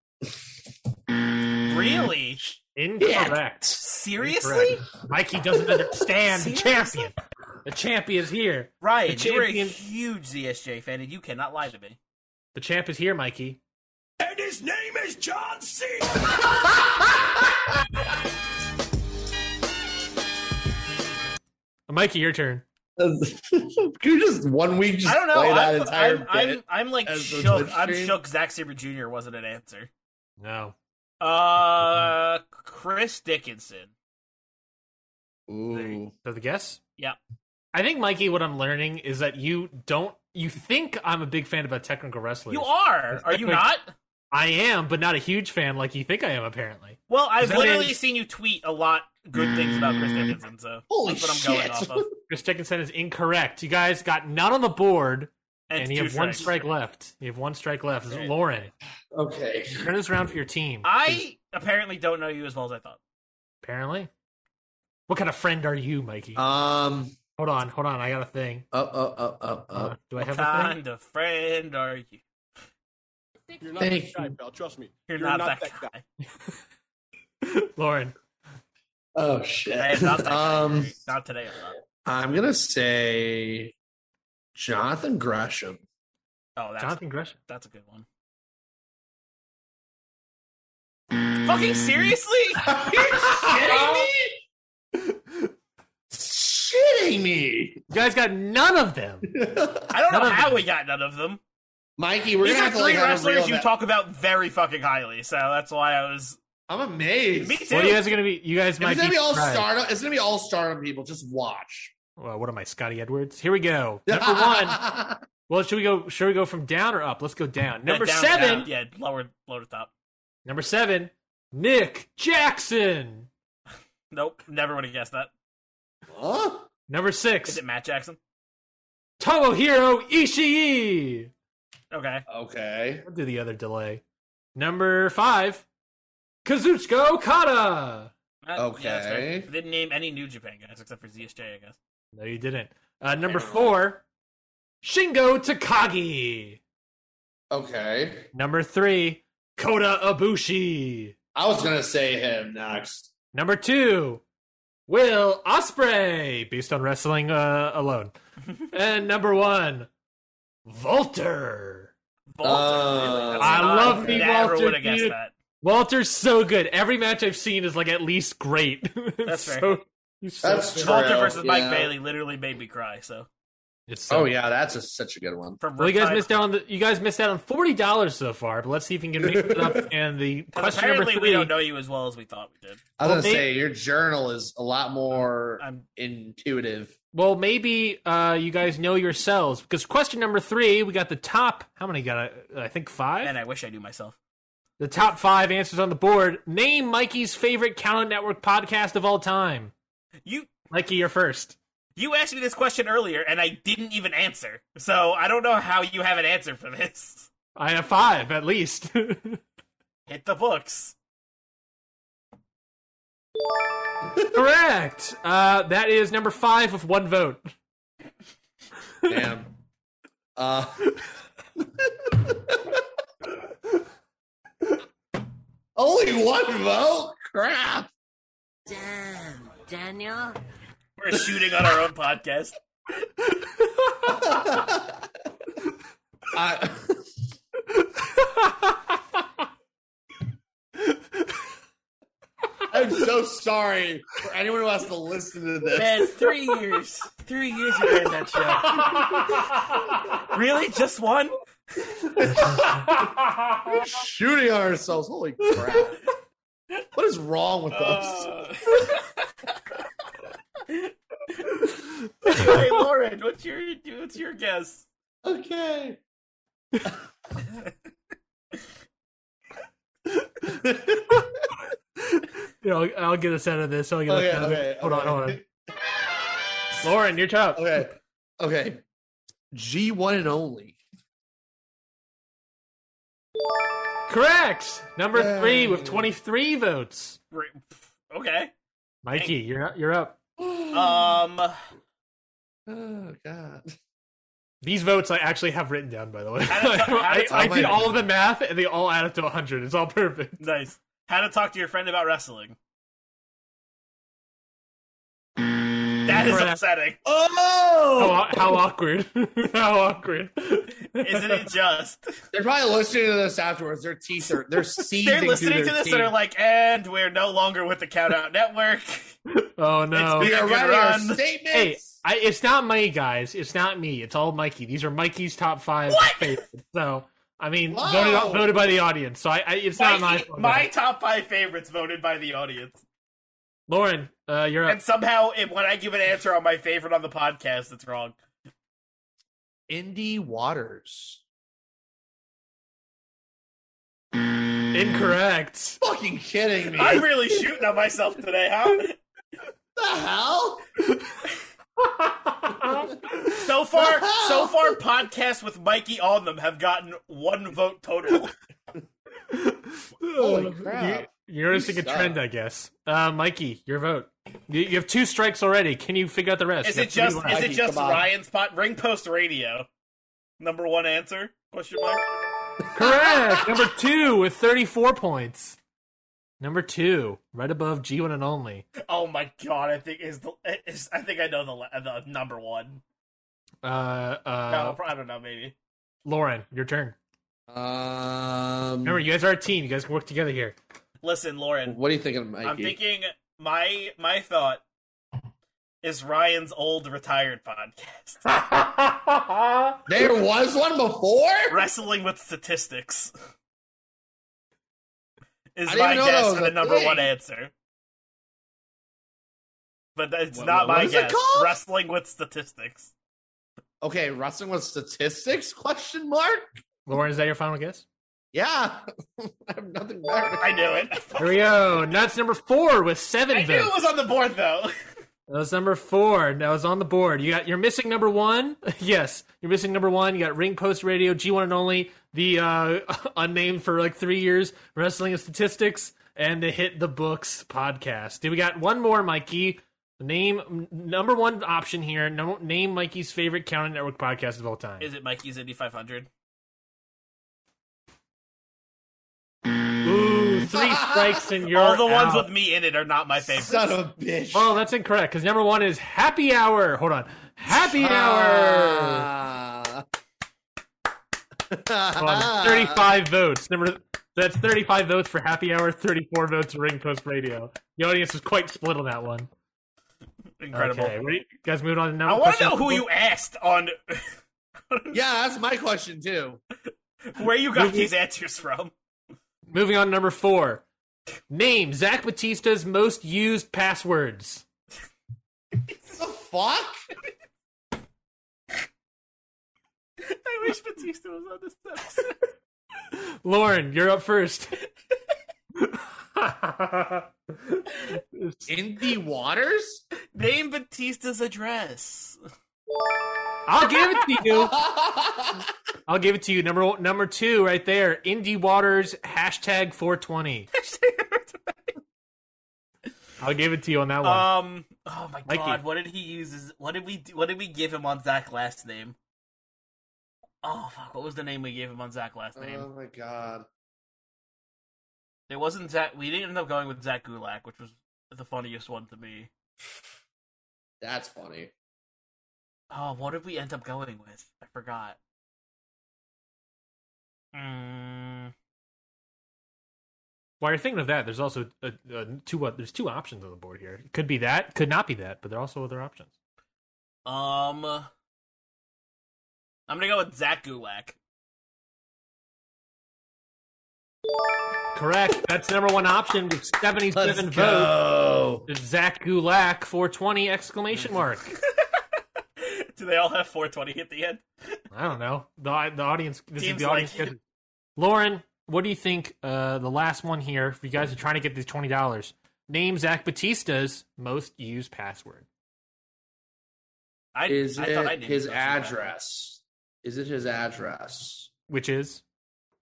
Really?
Mm.
Incorrect.
Seriously?
Mikey doesn't understand the
Seriously?
champion. The champion is here.
Right.
The
You're a
champion-
huge ZSJ fan, and you cannot lie to me.
The champ is here, Mikey.
And his name is John C.
Mikey, your turn.
Can you just one week just
I don't know.
play that
I'm,
entire
I'm, I'm,
bit?
I'm, like
as the
shook.
Twitch
I'm
stream?
shook. Zack Saber Jr. wasn't an answer.
No.
Uh, Chris Dickinson.
Ooh.
So the guess?
Yeah.
I think Mikey, what I'm learning is that you don't. You think I'm a big fan about technical wrestlers.
You are. Are
Exactly.
you not?
I am, but not a huge fan like you think I am. Apparently,
Well, I've
That Mm.
literally
is-
seen you tweet a lot good things about Chris Dickinson, so
Holy
that's what I'm
shit.
going off of.
Chris Dickinson is incorrect. You guys got none on the board, and, you
two
have one
strikes.
strike left. You have one strike left. This is
Right.
Lauren,
Okay.
turn this around for your team.
I apparently don't know you as well as I thought.
apparently. What kind of friend are you, Mikey?
Um.
hold on, hold on. I got a thing.
Up. Up. Up. Up.
Uh,
Up.
do I have a thing?
Kind of friend are you?
You're not that
Thank
guy,
you.
pal. Trust me.
You're,
You're
not,
not
that, guy.
that
Lauren,
Oh shit.
I am not that guy.
Um.
Not today. I'm
I'm gonna say Jonathan Gresham.
not. Oh, that's
Jonathan Gresham.
that's a good one. Fucking seriously? You're kidding me?
Shitting me,
You guys got none of them.
I
None
don't know
of
how
them.
we got none of them.
Mikey. We're
These
gonna
are
have to
three
like have a
wrestlers
real.
you talk about very fucking highly, so that's why I was.
I'm amazed.
Me too.
Well, you guys are gonna be. You guys
If
might
it's gonna be all
surprised.
stardom. It's gonna be all stardom people. Just watch.
Well, what am I, Scotty Edwards? Here we go. Number one. Well, should we go? Should we go from down or up? Let's go down. Number
Yeah, down,
seven.
down. Yeah, lower, lower to top.
Number seven. Nick Jackson.
Nope, never would have guessed that.
Huh?
Number
Is
six.
it Matt Jackson?
Tomohiro Ishii.
Okay.
Okay.
I'll do the other delay. Number five. Kazuchika Okada.
Uh, yeah, that's fair.
Okay.
I didn't name any New Japan guys except for ZSJ, I guess.
No, you didn't. Uh, number four. Shingo Takagi.
Okay.
Number three. Kota Ibushi.
I was gonna say him next.
Number two, Will Osprey, based on wrestling uh, alone. and number one, Walter.
Volta,
Uh,
really? That's
I
not-
love me
Never
Volta,
would have guessed
dude.
that.
Walter's so good. Every match I've seen is like at least great.
That's fair.
so, he's so
That's
good.
True,
Volta versus Mike
yeah.
Bailey literally made me cry. So
It's so
Oh yeah, that's a, such a good one.
from
Well, you guys
Riptide-
missed out on the, you guys missed out on forty dollars so far, but let's see if you can make it up. And the
'cause
question number
apparently
three,
we don't know you as well as we thought we did.
Well,
I was gonna
may-
say your journal is a lot more
I'm
intuitive.
Well, maybe uh, you guys know yourselves because question number three, we got the top. How many got? uh, I, I think five.
and I wish I knew myself.
The top five answers on the board. Name Mikey's favorite Counter Network podcast of all time.
You
Mikey, you're first.
you asked me this question earlier and I didn't even answer. So I don't know how you have an answer for this.
I have five at least.
Hit the books.
Correct. Uh, that is number five with one vote.
Damn. Uh, Only one vote? Crap.
Damn, Daniel.
We're shooting on our own podcast.
I, I'm so sorry for anyone who has to listen to this.
Man, three years. Three years you ran that show. really? Just one?
We're shooting on ourselves. Holy crap. What is wrong with us?
Uh... hey, Lauren, what's your what's your guess?
Okay.
You know, I'll, I'll get us out of this. I'll get us
Okay,
out of
okay.
it. Hold
okay.
on, hold on. Lauren, your top.
Okay. Okay. G1 and only.
Correct. Number three with
Yay.
23 votes.
Re- Okay.
Mikey, you're up, you're up.
Um,
Oh, God.
These votes I actually have written down, by the way.
How to- how
I,
to-
I did all of the math, and they all add up to 100. It's all perfect.
nice. How to talk to your friend about wrestling. That is
Correct.
upsetting.
How,
Oh!
au- how awkward. how awkward.
Isn't it just?
They're probably listening to this afterwards. Their teeth are, they're seething.
They're listening
through
to
their
this
teeth.
and are like, and we're no longer with the Count Out Network.
Oh, no.
we
It's-
are
Good
writing our
run.
statements.
Hey, I, it's not me, guys. It's not me. It's all Mikey. These are Mikey's top five
What?
favorites. So, I mean,
Wow.
voted, voted by the audience. So, I, I, it's not my
my,
fault.
my top five favorites voted by the audience.
Lauren, uh, you're up.
And somehow, if, when I give an answer on my favorite on the podcast, it's wrong.
Indy Waters.
Incorrect.
Fucking kidding me.
I'm really shooting on myself today, huh?
the hell?
So far, so far, podcasts with Mikey on them have gotten one vote total.
Holy crap.
You, are noticing a
suck.
trend, I guess. Uh, Mikey, your vote. You, you have two strikes already. Can you figure out the rest?
Is
You
it
have three
just
left.
is
Mikey,
it just
come on.
Ryan's pot ring post radio? Number one answer? Question mark.
correct? Number two with 34 points. Number two, right above G1 and only.
Oh my god! I think is the is, I think I know the la- the number one.
Uh, uh,
Uh-huh.
No, I don't know. Maybe
Lauren, your turn.
Um,
Remember, you guys are a team. You guys can work together here.
listen, Lauren.
what are you thinking, Mikey?
I'm thinking my my thought is Ryan's old retired podcast,
there was one before?
wrestling with statistics. Is
I didn't
my
even know that
guess
was
for the
a
number one
thing.
answer, but that- it's
What-
not
what
my
is it
guess.
called?
Wrestling with statistics.
Okay, wrestling with statistics? Question mark?
Lauren, is that your final guess?
Yeah. I have nothing better.
I knew it.
Here we go. And That's number four with seven
I knew
votes.
it was on the board though.
That was number four. That was on the board. You got you're missing number one. yes, you're missing number one. You got Ring Post Radio, G1 and only, the uh, unnamed for like three years, wrestling and statistics, and the Hit the Books podcast. Dude, we got one more, Mikey. Name m- number one option here. No, name Mikey's favorite Counting Network podcast of all time.
Is it Mikey's Indy 500?
Ooh, three strikes and you're
All the ones
out.
with me in it are not my favorites.
Son of a bitch.
Oh, that's incorrect because number one is Happy Hour. Hold on, Happy Hour.
Ah.
Come
Ah.
on, 35 votes. Number that's 35 votes for Happy Hour, 34 votes for Ring Post Radio. The audience was quite split on that one.
Incredible.
Okay, we- guys, moving on. To
I
number
want to know who you asked on
Yeah, that's my question too.
where you got these answers from.
Moving on to number four. Name Zach Batista's most used passwords.
The fuck?
I wish Batista was on this episode.
Lauren, you're up first.
Indy Waters?
Name Batista's address.
I'll give it to you.
Holy
I'll give it to you. Number one- number two, right there. Indie Waters hashtag 420. I'll give it to you on that one.
Uh,
um. Oh my
Mikey.
god. What did he use? As, what did we? Do, what did we give him on Zach's last name? Oh fuck! What was the name we gave him on Zach last name?
Oh my god.
it wasn't Zach. We didn't end up going with Zach Gulak, which was the funniest one to me.
That's funny.
Oh, what did we end up going with? I forgot. Mm,
While you're thinking of that, there's also uh uh two. Uh, there's two options on the board here. Could be that. Could not be that. But there are also other options.
um, I'm gonna go with Zach Gulak.
Correct. That's the number one option with 77
Let's
votes.
go.
It's Zach Gulak 420 exclamation mark.
Do they all have 420 at the end?
I don't know. The the audience. This
Seems
is the audience.
like-
schedule. Lauren, what do you think? Uh, the last one here. If you guys are trying to get these twenty dollars, name Zach Batista's most used password.
I,
Is
I
it
thought I knew
his
this was-
address? Is it his address?
Which is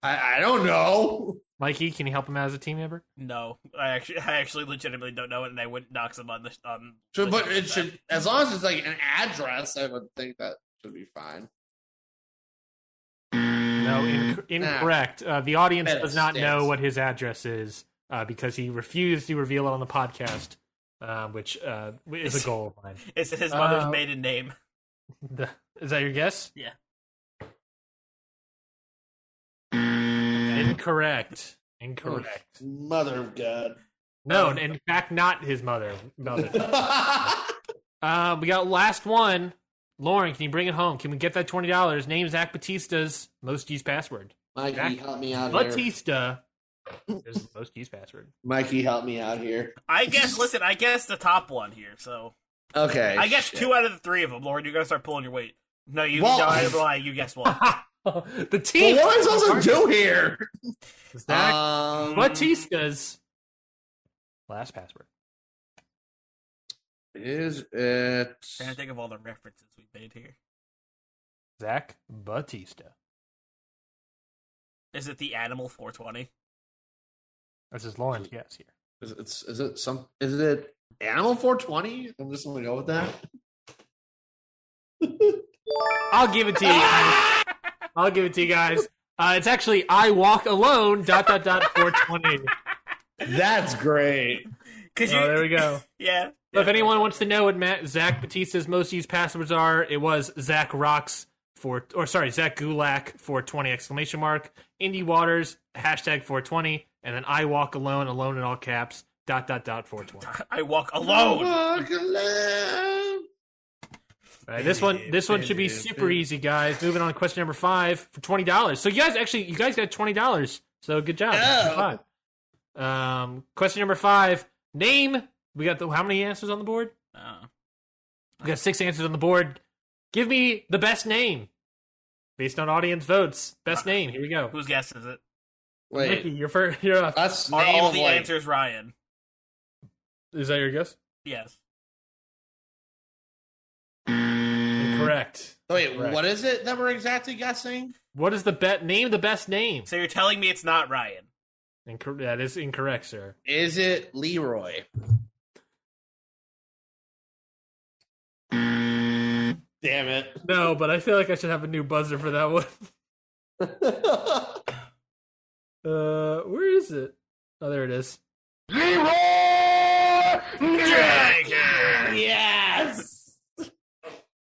I, I don't know.
Mikey. Can you help him out as a team member?
No, I actually, I actually legitimately don't know it, and I wouldn't knock um, him on the on.
Should, but
like,
it should, as long as it's like an address, I would think that should be fine.
No, inc-
Ah.
incorrect. Uh, the audience
Bet it
does not know
stinks.
what his address is uh, because he refused to reveal it on the podcast, uh, which uh, is a goal of mine.
Is it his mother's
Uh,
maiden name?
The- is that your guess?
Yeah.
Incorrect. Incorrect.
Mm. Mother of God.
No, in fact, not his mother. Mother.
I
Uh, we got last one. Lauren, can you bring it home? Can we get that twenty dollars? Name Zach Batista's most used password.
Mikey, help me out here.
Batista is the most used password.
Mikey, help me out here.
I guess. listen, I guess the top one here. So
Okay.
I guess
shit.
two out of the three of them. Lauren, you gotta start pulling your weight. No, you.
Well-
no, I'm lying. You guess one.
the
But
team.
what am I supposed to do here?
Zach
Um,
Batista's last password.
Is it?
Trying to think of all the references we made here.
Zach Batista.
Is it the animal 420?
This is Lauren's guess here.
Is it, is it some? Is it Animal 420? I'm just gonna go with that.
I'll give it to you. Guys. I'll give it to you guys. Uh, it's actually I walk alone. Dot dot dot four twenty.
That's great.
Cause you,
Oh, there we go.
yeah.
So if anyone wants to know what Matt, Zach Batista's most used passwords are, it was Zach Rocks for or sorry Zach Gulak four twenty exclamation mark Indie Waters hashtag four twenty and then I walk alone alone in all caps dot dot dot four twenty.
I walk alone.
Fuck, love.
All right, this one this one should be super easy, guys. Moving on to question number five for twenty dollars. So you guys actually you guys got twenty dollars. So good job.
Oh.
Five. Um, question number five. Name. We got the how many answers on the board?
Oh.
We got six answers on the board. Give me the best name based on audience votes. Best name. Here we go.
whose guess is it?
Ricky,
Wait,
you're first. You're up.
that's
Are
name
all
of,
the
like-
answers Ryan?
Is that your guess?
Yes.
Mm. Correct.
Wait,
Right.
what is it that we're exactly guessing?
What is the bet? Name the best name.
So you're telling me it's not Ryan?
Incor- that is incorrect, sir.
Is it Leroy? Damn it.
No, but I feel like I should have a new buzzer for that one. Uh, where is it? Oh, there it is.
yes.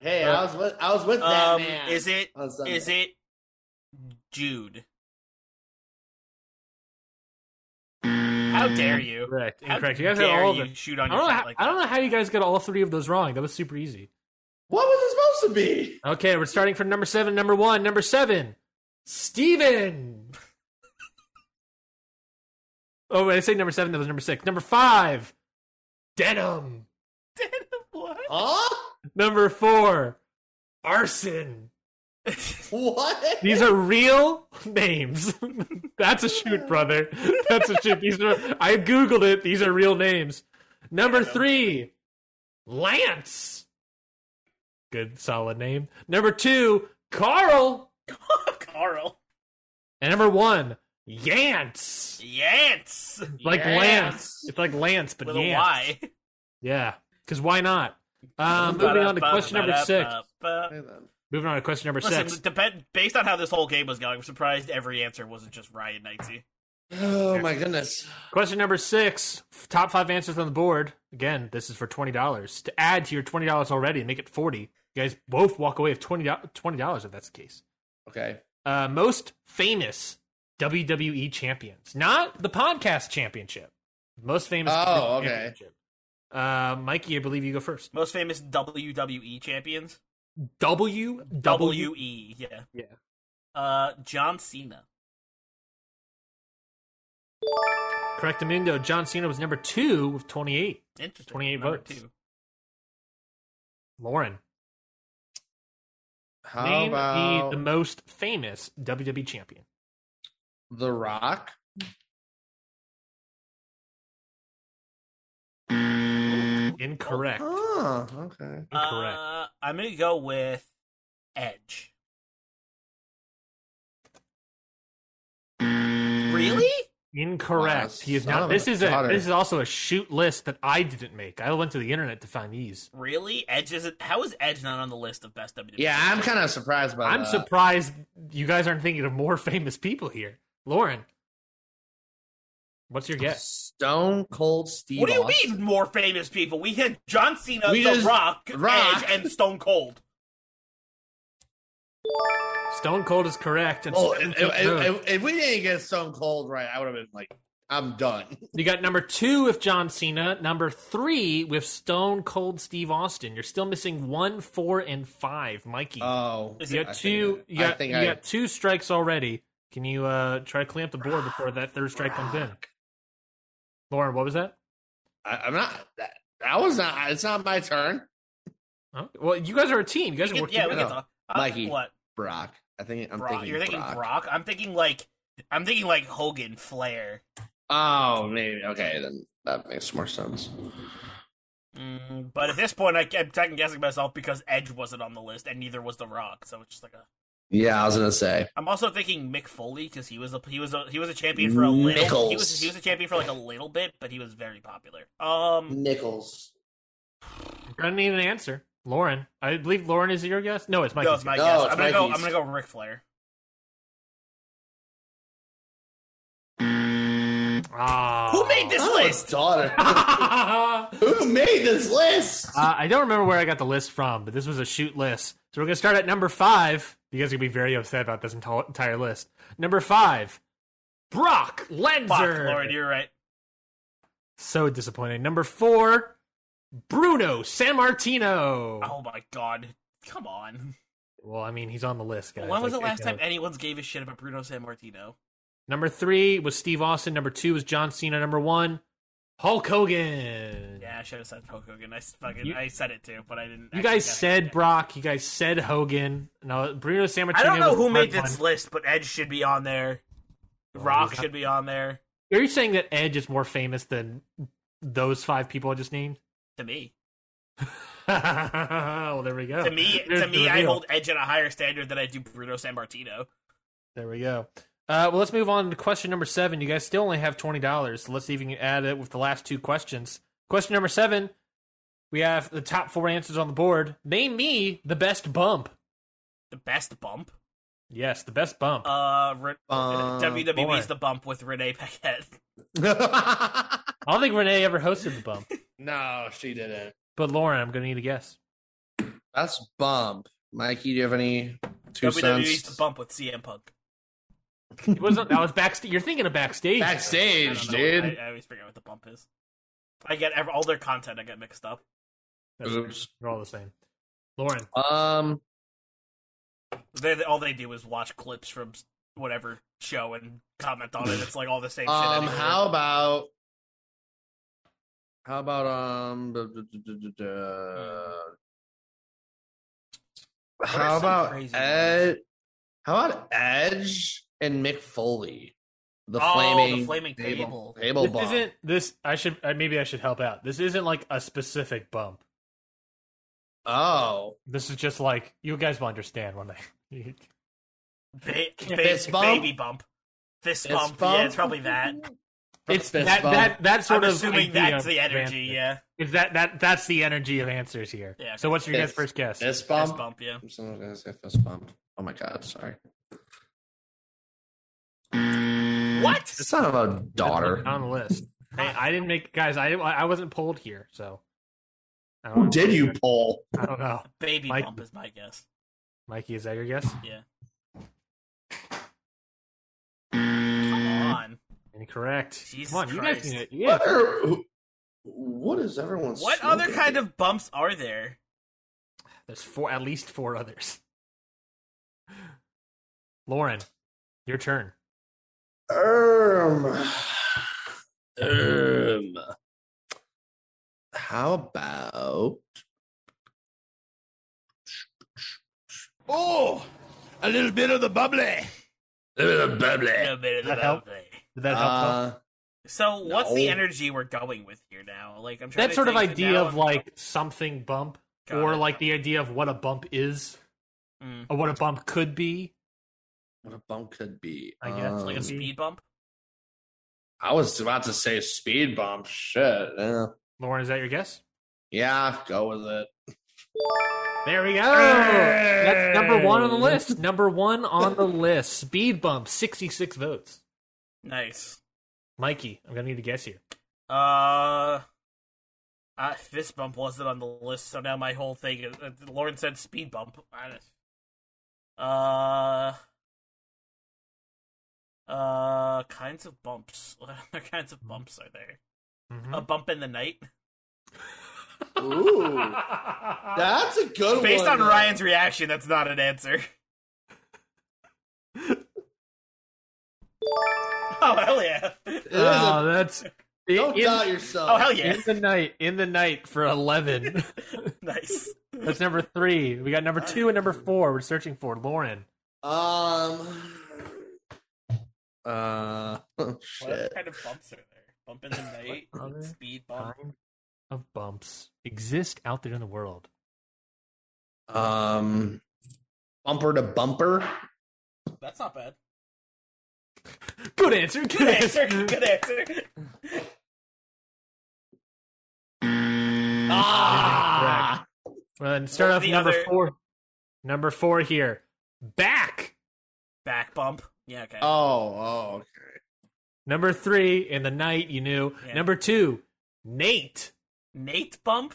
Hey, I was with I was with that
Um,
man.
is it?
on Sunday.
Is it Jude? How dare you?
Correct.
How
Incorrect. You guys had
dare
all of
you
it.
shoot on
I
your
don't, know
shot
how,
like
I don't
that?
know how you guys got all three of those wrong. That was super easy.
What was it supposed to be?
Okay, we're starting from number seven. Number one. Number seven. Steven. oh, wait, I say number seven. That was number six. Number five. Denim.
What?
Huh?
Number four. Arson.
What?
These are real names. That's a shoot, brother. That's a shoot. These are I googled it. These are real names. Number three, Lance. Good solid name. Number two, Carl.
Carl.
And number one, Yance.
Yance.
Like Lance. It's like Lance, but
With
Yance.
a Y.
Yeah. Because why not? Um, moving on to question number six.
Hey, then.
Moving on to question number
Listen,
six.
depend- based on how this whole game was going, I'm surprised every answer wasn't just Ryan Knightsy.
Oh my goodness.
Question number six. f- Top five answers on the board. Again, this is for twenty dollars. To add to your twenty dollars already and make it forty. You guys both walk away with twenty dollars if that's the case.
Okay.
Uh, most famous WWE champions, not the podcast championship. Most famous. E
Oh, okay.
championship. Uh, Mikey, I believe you go first.
Most famous WWE champions.
W E. W.
WE, yeah.
Yeah.
Uh, John Cena.
Correct, Amundo. John Cena was number two with twenty eight.
Interesting.
28
Number
votes.
Two.
Lauren,
How
name
about
the, the most famous WWE champion.
The Rock?
Incorrect.
Oh, okay.
Incorrect.
Uh, I'm gonna go with Edge. Really?
Incorrect.
Wow,
he is
son
not.
of a
This is a.
daughter.
This is also a shoot list that I didn't make. I went to the internet to find these.
Really? Edge isn't. How is Edge not on the list of best E WWE?
Yeah, I'm kind of surprised by
I'm
that.
surprised you guys aren't thinking of more famous people here. Lauren, what's your guess?
Stone Cold Steve.
What do you
Austin.
mean more famous people? We had John Cena,
We
The
just-
Rock,
Rock.
Edge, and Stone Cold.
Stone Cold is correct, and
Oh,
Stone
if,
Cold Road.
if- if- if we didn't get Stone Cold right, I would have been like, I'm done.
you got number two with John Cena, number three with Stone Cold Steve Austin. You're still missing one, four, and five, Mikey.
Oh,
you
I
got
think
two.
I-
You
I
got,
think
you
I,
got two strikes already. Can you uh, try to clean up the board before that third strike comes in? Lauren, what was that?
I, I'm not. That, that was not. It's not my turn.
Huh? Well, you guys are a team. You guys are
We can-
working
yeah, we
together.
can
out.
talk. I'm-
Mikey.
What?
Brock. I think I'm
Brock?
thinking.
You're thinking
Brock.
Brock. I'm thinking like. I'm thinking like Hogan, Flair.
Oh, maybe. Okay, then that makes more sense.
Mm, but at this point, I, I'm second guessing myself because Edge wasn't on the list, and neither was The Rock. So it's just like a.
Yeah, I was gonna say.
I'm also thinking Mick Foley because he was a he was a he was a champion for a little. He was
Nichols.
he was a champion for like a little bit, but he was very popular. Um,
Nichols.
I'm gonna need an answer, Lauren. I believe Lauren is your guess. No, it's Mikey's.
no, it's my
No,
guess.
it's
I'm gonna go. I'm
Mikey's.
gonna go Ric Flair.
guess. Ah.
Who made this
Oh,
list?
daughter.
uh,
Who made this list?
I don't remember where I got the list from, but this was a shoot list. So we're gonna start at number five. You guys are gonna be very upset about this enti- entire list. Number five, Brock
Fuck,
Lesnar.
Lauren, you're right.
so disappointing. Number four, Bruno San Martino.
Oh my god, come on.
Well, I mean, he's on the list, guys.
when was
I-
the
I
last
gotta-
time anyone's gave a shit about Bruno San Martino?
Number three was Steve Austin. Number two was John Cena. Number one, Hulk Hogan.
Yeah, I should have said Hulk Hogan. I s- fucking
You-
I said it too, but I didn't.
You
actually
guys
get it.
said Brock. You guys said Hogan. No, Bruno Sammartino.
I don't know
was Oh,
who
the
made
third
this
one.
list, but Edge should be on there.
Well,
Rock
he's not-
should be on there.
Are you saying that Edge is more famous than those five people I just named?
To me,
well, there we go.
to me,
Oh. There's
to
the
me, I
reveal.
hold Edge at a higher standard than I do Bruno San Martino.
There we go. Uh, well, let's move on to question number seven. You guys still only have twenty dollars, so let's see if you can add it with the last two questions. Question number seven. We have the top four answers on the board. Name me the best bump.
The best bump.
Yes, the best bump.
Uh, Re-
Uh,
WWE's
boy.
the bump with Renee Paquette. Uh,
I don't think Renee ever hosted the bump,
no, she didn't.
but Lauren, I'm going to need a guess.
That's bump. Mikey, do you have any two
WWE's the
cents?
E bump with CM Punk.
It wasn't. That was backstage. You're thinking of backstage.
I
Backstage,
don't know what-
dude.
I, I always forget what the bump is. I get ev- all their content. I get mixed up.
That's fair.
Oops.
They're all the same. Lauren,
Um,
They they- all they do is watch clips from s- whatever show and comment on it. It's like all the same shit.
um,
anyway.
how about how about um? duh, duh, duh, duh, duh, duh.
are
How
some
about
crazy
Ed? How about Edge and Mick Foley? The
Oh, the
flaming,
flaming
table
table.
table
this
bomb.
isn't this. I should I- maybe I should help out. This isn't like a specific bump.
Oh,
This is just like you guys will understand when I.
Ba- ba-
Fist bump?
baby bump, fist
Fist
bump. Yeah,
bump?
it's probably that.
It's
fist
that,
bump.
that that sort
I'm
of
assuming
idea
that's
of
the energy.
answer.
Yeah,
Is that that that's the energy of answers here?
Yeah,
So what's your guys'
Fist-
first guess?
fist
Fist bump.
bump. Yeah.
I'm so gonna say fist bump. Oh my god, sorry. Mm.
What?
It's not about a
That's
daughter.
what's on the list. Hey, I didn't make guys. I didn't- I wasn't polled here, so. I don't
Who
know.
did you pull?
I don't know.
Baby
Mike-
bump is my guess.
Mikey, is that your guess?
Come
Mm.
on.
Incorrect.
Jesus
Come on, you guys
Christ.
can get-
What
yeah.
are- who- what is everyone?
What other kind of bumps are there?
There's four, at least four others. Lauren, your turn.
Um, um, how about?
Oh, a little bit of the bubbly.
No bit of
That
the
help?
bump.
Did that help? though?
Uh,
So what's the
No.
energy we're going with here now? Like I'm trying
that
to
sort of
think
idea
now
of
I'm-
like something bump,
Got
or
it.
like the idea of what a bump is,
Mm.
or what a bump could be.
what a bump could be.
I guess,
like a
Um,
speed bump.
I was about to say speed bump. Shit. Yeah,
Lauren, is that your guess?
yeah go with it.
There we go. That's number one on the list. Number one on the list. Speed bump, sixty-six votes.
Nice.
Mikey, I'm gonna need to guess here.
Uh, uh, fist bump wasn't on the list, so now my whole thing. Is, uh, Lauren said speed bump. I don't- Uh, uh, kinds of bumps. What other kinds
Hmm.
of bumps are there?
Mhm.
A bump in the night.
Ooh, that's a good
Based
one.
on Ryan's reaction, that's not an answer. oh hell yeah!
It is
Oh,
a-
that's
don't
in-
doubt yourself.
Oh hell yeah!
in the night, in the night for eleven.
Nice.
That's number three. We got number two and number four. We're searching for Lauren.
Um. Uh. oh,
What
shit.
kind of bumps are there? Bump in the night,
Other
speed bump.
Kind of bumps exist out there in the world.
Um. Bumper to bumper.
That's not bad.
Good answer. Good
Good answer. Good answer.
Mm. Ah.
Well, then start
Well,
off
the
number
other-
four. Number four here. Back.
Back bump. Yeah. Okay.
Oh. Oh. Okay.
Number three in the night. You knew.
Yeah.
Number two. Nate.
Nate bump.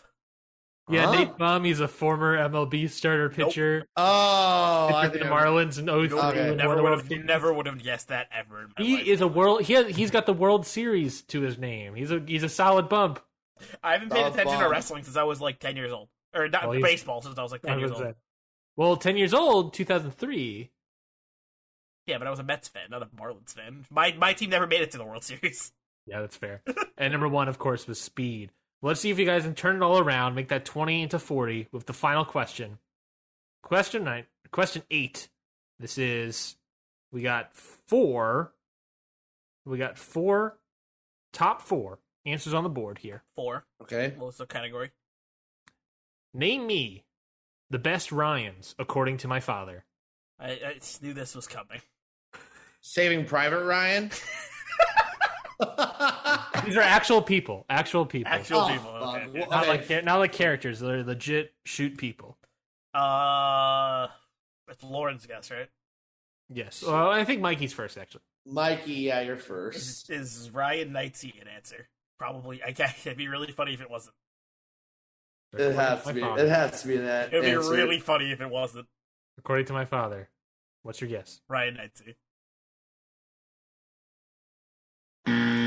Yeah,
Huh?
Nate Baum. He's a former MLB starter pitcher.
Oh. I
pitcher for
think
the
I'm-
Marlins in 03.
Okay.
and
Never
won
would
the
have.
World
Never would have guessed that ever. In my
He
life.
is a world. He has, he's got the World Series to his name. He's a he's a solid bump.
I haven't paid
Bob
attention to
Bump.
wrestling since I was like ten years old, or not
Well, he's-
baseball since I was like ten years
I would
old.
say. Well, ten years old, two thousand three.
Yeah, but I was a Mets fan, not a Marlins fan. My my team never made it to the World Series.
Yeah, that's fair. and number one, of course, was speed. Let's see if you guys can turn it all around, make that twenty into forty with the final question. Question nine. Question eight. This is we got four. We got four top four answers on the board here.
Four.
Okay.
What was the category?
Name me the best Ryans according to my father.
I, I just knew this was coming.
Saving Private Ryan.
These are actual people. Actual people.
Actual
Oh,
people. Okay,
fuck.
okay.
What-
not
Okay.
like char- not like characters. They're legit shoot people.
Uh, it's Lauren's guess, right?
Yes. Well, I think Mikey's first actually.
Mikey, yeah, you're
Is,
first.
is Ryan Knightsey an answer? Probably. I can't, it'd be really funny if it wasn't.
It has to be.
My
It
father.
has to be that.
It'd be
answer.
really funny if it wasn't
According to my father. What's your guess?
Ryan Knightsey.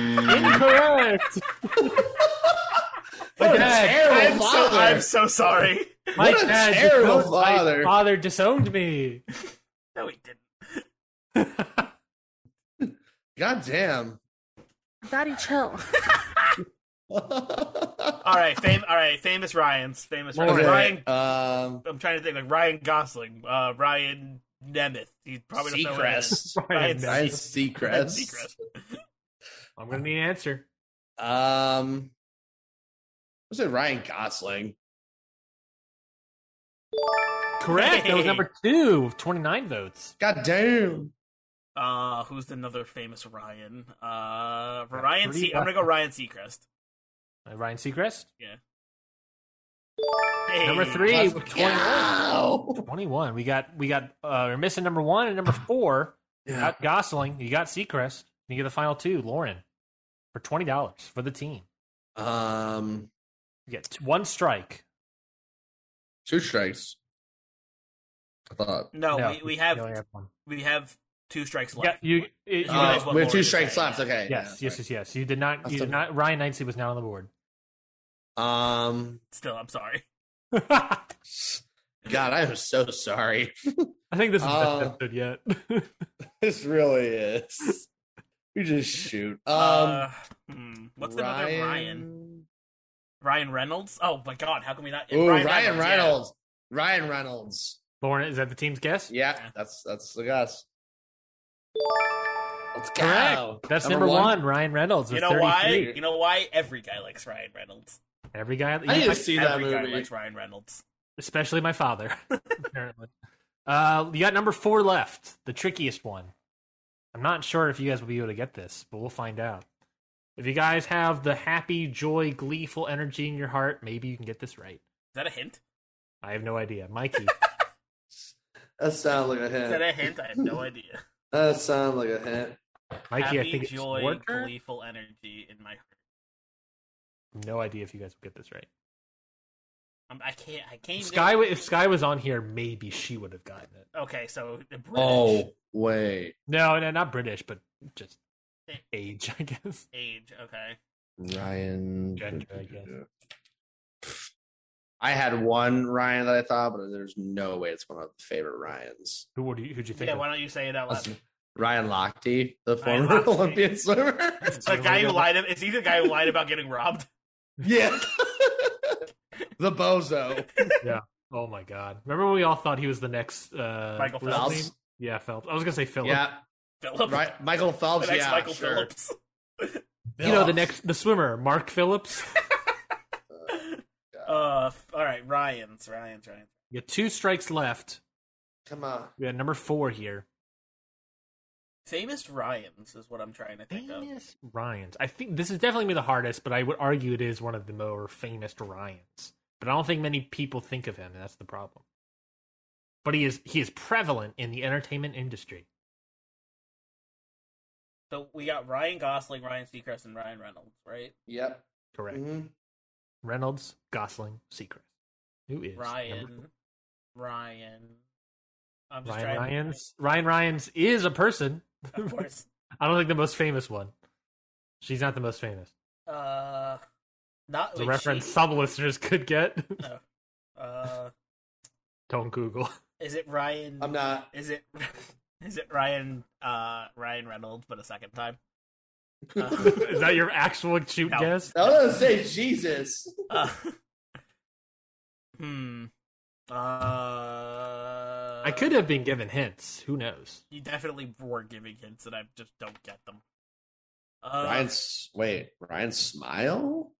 Incorrect.
What a
Dad,
terrible
I'm so,
father.
I'm so sorry.
My
What a
dad
terrible
disowned- my
father.
father disowned me.
No, he didn't.
God damn.
Daddy, chill.
All right, fam- all right, famous Ryan's, famous Ryan's.
Lauren.
Ryan.
Um,
I'm trying to think like Ryan Gosling, uh, Ryan Nemeth. He probably doesn't know who that is.
Seacrest.
Ryan,
Ryan's-
no.
Ryan
Ryan
Seacrest.
Seacrest.
I'm gonna need an answer.
Um, was it Ryan Gosling?
Correct. That was number two of 29 votes.
God damn.
Uh, who's another famous Ryan? Uh, Ryan
pretty
Se- I'm gonna go Ryan Seacrest.
Uh, Ryan Seacrest.
Hey.
Number three,
Let's
with 21.
go.
21. We got we got uh we're missing number one and number four. You
Yeah.
got Gosling, you got Seacrest, and you get the final two, Lauren, for twenty dollars for the team.
Um,
You get t- one strike.
two strikes. I thought.
No,
No,
we, we
you only
have
have one.
we have two strikes
Yeah,
left.
you, it- you
You realize
Oh,
what
we have
Lauren
two
is
strikes
saying.
left. Okay.
yes,
yeah,
yes, yes, yes. You did not.
That's
You did
the-
not. Ryan Knightsey was not on the board.
sorry. Um,
Still, I'm sorry.
I
God, I am so sorry.
think this is
Uh,
the best episode yet.
this really is. You just shoot. Um,
uh, hmm, what's another Ryan? Ryan Reynolds. Oh my God, how can we not?
Ooh, Ryan, Reynolds.
yeah.
Ryan Reynolds.
Lauren, is that the team's guess?
Yeah,
Yeah.
that's that's the guess. Let's go.
Correct. That's number, one. Ryan Reynolds.
You
with
know why?
33.
You know why? Every guy likes Ryan Reynolds.
Every guy.
I need
you-
to see that
Every guy
movie.
likes Ryan Reynolds.
especially my father. apparently, uh, you got number four left, the trickiest one. I'm not sure if you guys will be able to get this, but we'll find out. If you guys have the happy, joy, gleeful energy in your heart, maybe you can get this right.
Is that a hint?
I have no idea, Mikey.
That sounds like a
Is that a
hint.
hint? I have no idea.
That sounds like a hint.
Mikey,
Happy,
I think it's
joy,
your turn.
gleeful energy in my heart.
No idea if you guys will get this right.
Um, I can't. I can't.
If
even-
Sky, wa- if Sky was on here, maybe she would have gotten it.
Okay, so the British
Oh wait,
No, no, not British, but just
Eh.
age, I guess.
age. Okay.
Ryan.
Gender, I guess.
I had one Ryan that I thought, but there's no way it's one of the favorite Ryans.
Who would you? Who'd you think?
Yeah.
of?
Why don't you say it out loud?
That's Ryan Lochte, the
Ryan
former
Lochte.
Olympian swimmer.
The guy who lied. Is he the guy who lied about getting robbed?
yeah, the bozo.
Oh my god! Remember when we all thought he was the next uh,
Michael
what was his
Phelps.
name? Yeah, Phelps. I was gonna say Philip.
Yeah,
Phillips.
right. Michael
The
Phelps.
next
yeah,
Michael
sure.
Phillips.
you know the next the swimmer, Mark Phillips.
Uh, f- all right, Ryan's, Ryan's, Ryan.
you have two strikes left.
Come on.
We got number four here.
Famous Ryan's is what I'm trying to think of.
Famous Ryan's. I think this is definitely gonna be the hardest, but I would argue it is one of the more famous Ryan's. But I don't think many people think of him, and that's the problem. But he is he is prevalent in the entertainment industry.
So we got Ryan Gosling, Ryan Seacrest, and Ryan Reynolds, right?
Yep.
Correct.
Mhm.
Reynolds, Gosling, Secret. Who is number
Ryan, Ryan. I'm just
Ryan
trying.
Ryan's Ryan Ryan's is a person.
To, of course.
I don't think the most famous one. She's not the most famous.
Uh, not
The
wait,
reference
she-
some listeners could get.
Uh,
don't Google.
is it Ryan?
I'm not.
Is it? Is it Ryan? Uh, Ryan Reynolds, but a second time. Uh,
Is that your actual shoot
No.
guess?
I was gonna say Jesus.
uh, hmm. Uh,
I could have been given hints. Who knows?
You definitely were giving hints, and I just don't get them. Uh,
Ryan's wait. Ryan Smile.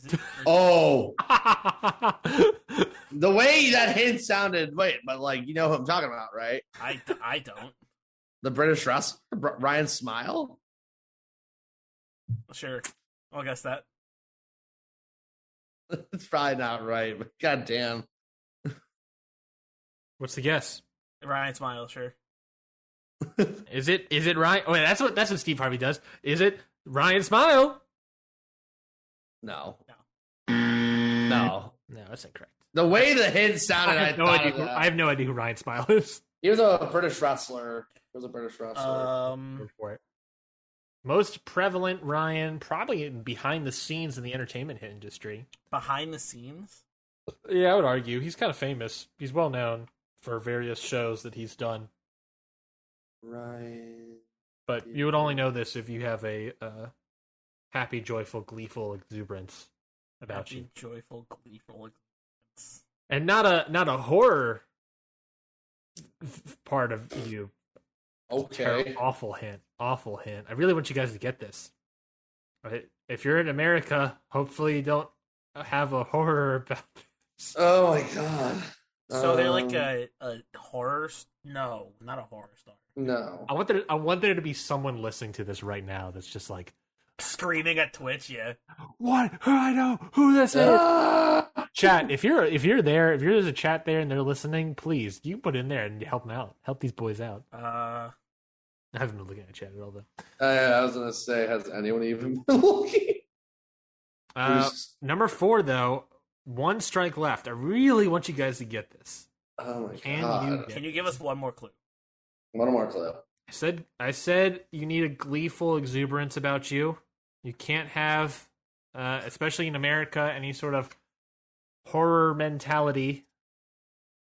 is it-
Oh,
I
the way that hint sounded. Wait, but like you know who I'm talking about, right?
I, I don't.
The British wrestler Br- Ryan Smile.
Sure, I'll guess that.
It's probably not right. But goddamn.
What's the guess?
Ryan Smile, sure.
Is it is it Ryan? Wait, that's what that's what Steve Harvey does. Is it Ryan Smile?
No.
No.
No.
No, that's incorrect.
The way the hint sounded,
I
I,
have no
thought
idea.
of
Who,
that.
I have no idea who Ryan Smile is.
He was a British wrestler. He was a British wrestler.
Um,
Go for it. Most prevalent Ryan, probably behind the scenes in the entertainment industry.
behind the scenes.
Yeah, I would argue he's kind of famous. He's well known for various shows that he's done,
Ryan.
but you would only know this if you have a uh, happy, joyful, gleeful exuberance about
Happy,
you,
joyful, gleeful. existence.
and not a not a horror f- part of you. Terrible,
Okay.
awful hint, awful hint. I really want you guys to get this. Right? If you're in America, hopefully you don't have a horror about.
Oh my god.
So they're like
Um,
a, a horror. s- No, not a horror star.
No.
I want there. I want there to be someone listening to this right now that's just like,
Screaming at Twitch, yeah.
"What? Who I know? Who this is?"
Ah!
chat. If you're if you're there, if there's a chat there and they're listening, please you put in there and help them out. Help these boys out.
Uh,
I haven't been looking at chat at all though.
Uh, I was gonna say, has anyone even been looking?
Uh,
Who's-
number four though, one strike left. I really want you guys to get this.
oh my
Can
god!
you get
can you give us one more clue?
One more clue.
I said I said you need a gleeful exuberance about you. You can't have, uh, especially in America, any sort of horror mentality.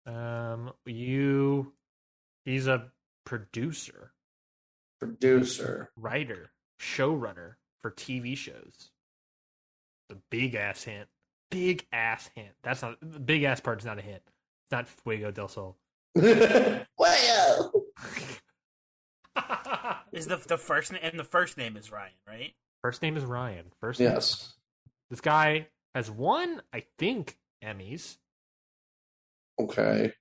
Um, you, he's a producer,
Producer.
writer, showrunner for TV shows. The big ass hint, big ass hint. That's not the big ass part's not a hint. It's not Fuego del Sol.
Wow.
Is the the first na- and the first name is Ryan, right?
First name is Ryan. First name is
Yes.
This guy has won, I think, Emmys
Okay.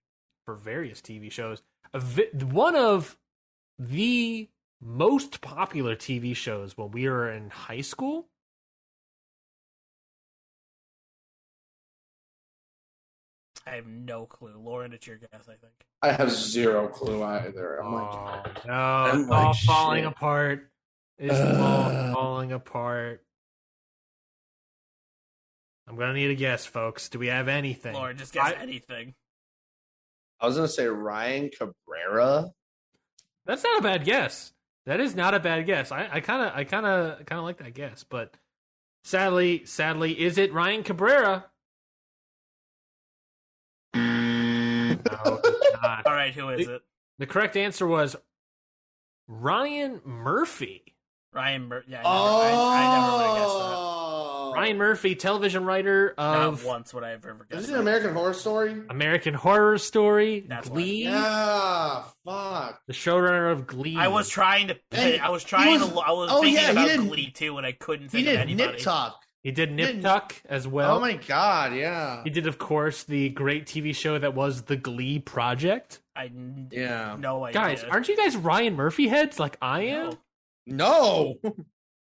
for various TV shows. A vi- one of the most popular TV shows when we were in high school.
I have no clue. Lauren, it's your guess, I think.
I have zero clue either. I'm like,
Oh, no,
I'm
it's
like,
all falling
shit.
apart. It's all
Ugh.
falling apart. I'm gonna need a guess, folks. Do we have anything?
Lauren, just guess
I-
anything.
I was gonna say Ryan Cabrera.
That's not a bad guess. That is not a bad guess. I I kind of I kind of kind of like that guess, but sadly, sadly, is it Ryan Cabrera? No, it's not.
All right, who is it?
The correct answer was Ryan Murphy.
Ryan. Mur- yeah, I never, I, I never would have guessed that.
Oh.
Ryan Murphy, television writer
Not
of
once would I have ever
Is
guessed.
this an American Horror Story?
American Horror Story,
That's why.
Glee,
Yeah. Fuck.
the showrunner of Glee.
I was trying to.
Hey,
I was trying
was-
to. I was
oh,
thinking
yeah, he
about
didn't-
Glee too, and I couldn't
He
think of
did
anybody.
Nip Tuck.
he did Nip
Didn't-
Tuck as well.
oh my god. Yeah.
He did, of course, the great TV show that was The Glee Project.
I n-
Yeah.
no idea.
Guys, aren't you guys Ryan Murphy heads like I am?
No,
No.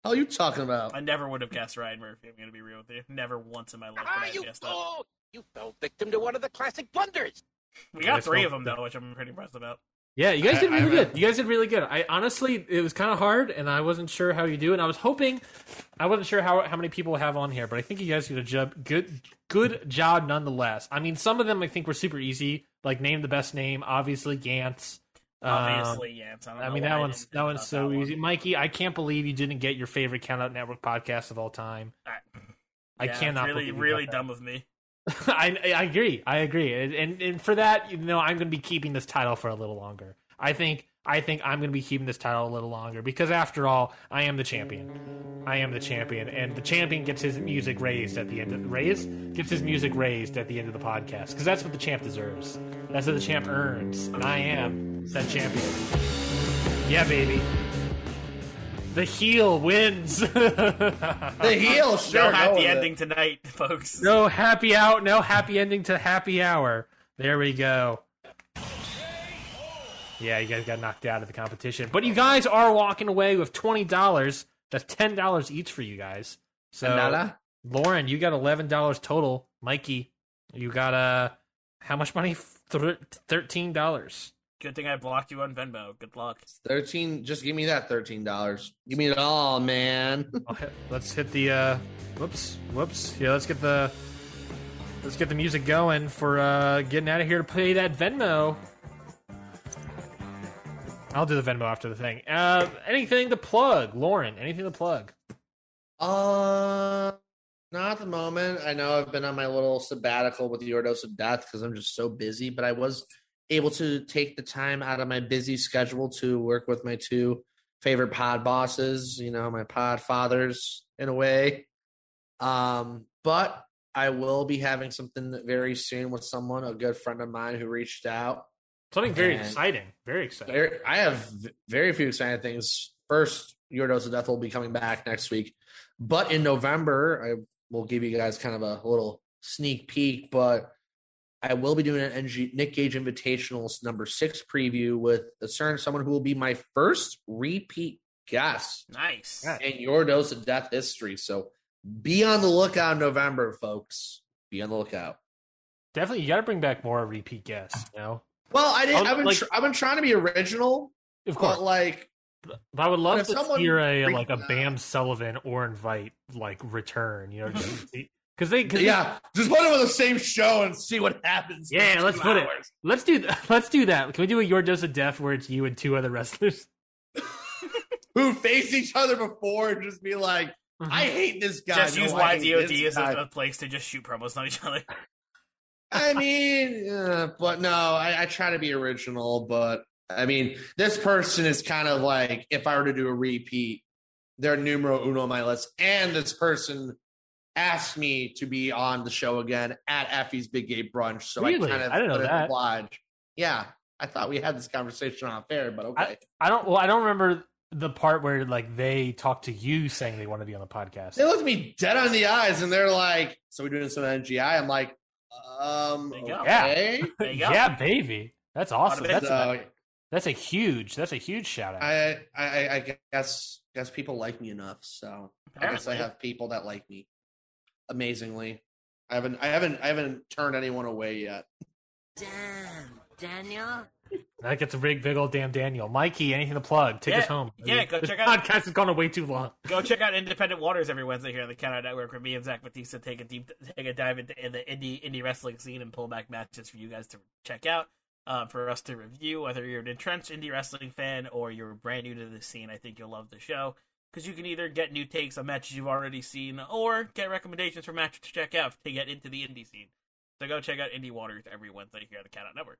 How are you talking
I
about?
never would have guessed Ryan Murphy. I'm gonna be real with you. Never once in my life would I
Ah,
have
you
guessed that.
fool! You fell victim to one of the classic blunders.
We got
That's
three
not-
of them though, which I'm pretty impressed about.
Yeah, you guys
I-
did
I
really
re-
good. You guys did really good. I honestly, it was kind of hard, and I wasn't sure how you do. And I was hoping, I wasn't sure how how many people we have on here, but I think you guys did a job, good good job nonetheless. I mean, some of them I think were super easy, like name the best name, obviously Gantz. Um,
Obviously, yeah. It's, I, don't
I
know
mean
why
that
I
one's
didn't
that
think
one's
about
so
that one.
easy, Mikey. I can't believe you didn't get your favorite Count Out Network podcast of all time.
I-
I
Yeah, it's
cannot
really
believe you
really
got that.
dumb of me.
I, I agree. I agree. And, and and for that, you know, I'm going to be keeping this title for a little longer. I think I think I'm going to be keeping this title a little longer because after all, I am the champion. I am the champion, and the champion gets his music raised at the end. of Raised gets his music raised at the end of the podcast because that's what the champ deserves. That's what the champ earns, and I am that champion. Yeah, baby. The heel wins.
The heel. Sure,
No
go
happy
with it.
ending tonight, folks.
No happy out, no happy ending to happy hour. There we go. Yeah, you guys got knocked out of the competition, but you guys are walking away with twenty dollars. That's ten dollars each for you guys. So
Nada.
Lauren, you got eleven dollars total. Mikey, you got uh how much money? Thir- Thirteen dollars.
Good thing I blocked you on Venmo. Good luck.
Thirteen. Just give me that thirteen dollars. Give me it all, man.
I'll hit- let's hit the uh whoops whoops yeah let's get the let's get the music going for uh getting out of here to play that venmo i'll do the venmo after the thing uh anything to plug lauren anything to plug
Uh, not at the moment. I know I've been on my little sabbatical with your dose of death because I'm just so busy, but I was able to take the time out of my busy schedule to work with my two favorite pod bosses, you know, my pod fathers in a way. Um, but I will be having something very soon with someone, a good friend of mine who reached out.
something very
And-
exciting very exciting
Very- I have v- very few exciting things. First, Your Dose of Death will be coming back next week. But in November, I will give you guys kind of a little sneak peek. But I will be doing an NG, Nick Gage Invitational's number six preview with a certain someone who will be my first repeat guest
Nice.
Yeah.
in your dose of death history. So be on the lookout in November, folks. Be on the lookout.
Definitely, you got to bring back more repeat guests. You know,
Well, I didn't,
I'll-
I've been
like-
tr- I've been trying to be original,
of course.
but like
But I would
But
love
if
to
someone
hear a
brings
like a
it up-
Bam Sullivan or invite like return. You know, because they cause yeah.
yeah, just put it on the same show and see what happens. in
Yeah, let's
two
put it-
hours.
Let's do th- let's do that. Can we do a Your Dose of Death where it's you and two other wrestlers?
Who faced each other before and just be like,
Mm-hmm.
I hate this guy.
just
No,
use
I hate
YDOD
this
as a,
guy.
a place to just shoot promos on each other.
I mean, uh, but no, I, I try to be original, but I mean, this person is kind of like if I were to do a repeat, they're numero uno on my list. And this person asked me to be on the show again at Effie's Big Gay Brunch, so
Really?
I kind of
I didn't know
couldn't
that.
oblige. Yeah, I thought we had this conversation off air, but okay.
I don't. Well, I don't remember the part where like they talk to you saying they want to be on the podcast.
they looked me dead on the eyes and they're like, "So we're doing some NGI." I'm like, "Um,
There you go.
okay."
There you go.
yeah, baby, that's awesome.
Oughta been
That's a,
So
that's a huge that's a huge shout out.
I, I, I guess, guess people like me enough. So I guess I
Apparently.
have people that like me. Amazingly, I haven't, I haven't, I haven't turned anyone away yet.
Damn, Daniel.
that gets a big big old damn Daniel, Mikey. Anything to plug? Take us
Yeah,
home.
yeah, go
this
check out-
podcast has gone on way too long.
Go check out Independent Waters every Wednesday here on the Countout Network, where me and Zach Batista take a deep take a dive into in the indie indie wrestling scene and pull back matches for you guys to check out, uh, for us to review. Whether you're an entrenched indie wrestling fan or you're brand new to the scene, I think you'll love the show because you can either get new takes on matches you've already seen or get recommendations for matches to check out to get into the indie scene. So go check out Indie Waters every Wednesday here on the Countout Network.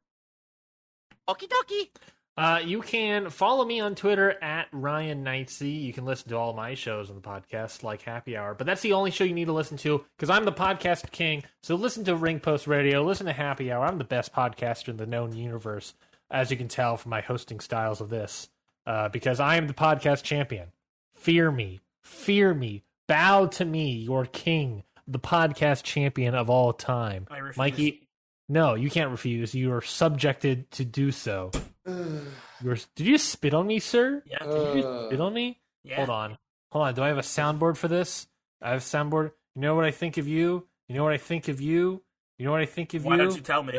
Okie dokie.
Uh, you can follow me on Twitter at Ryan Knightsey. You can listen to all my shows on the podcast, like Happy Hour, but that's the only show you need to listen to because I'm the podcast king. So listen to Ring Post Radio, listen to Happy Hour. I'm the best podcaster in the known universe, as you can tell from my hosting styles of this, uh, because I am the podcast champion. Fear me, fear me, bow to me, your king, the podcast champion of all time.
I refuse.
Mikey, no, you can't refuse. You are subjected to do so. You were- did you spit on me, sir?
Yeah,
Did you spit on me?
yeah.
uh, Hold on. Hold on. Do I have a soundboard for this? I have a soundboard. You know what I think of you? You know what I think of you? You know what I think of
Why
you?
don't you tell me?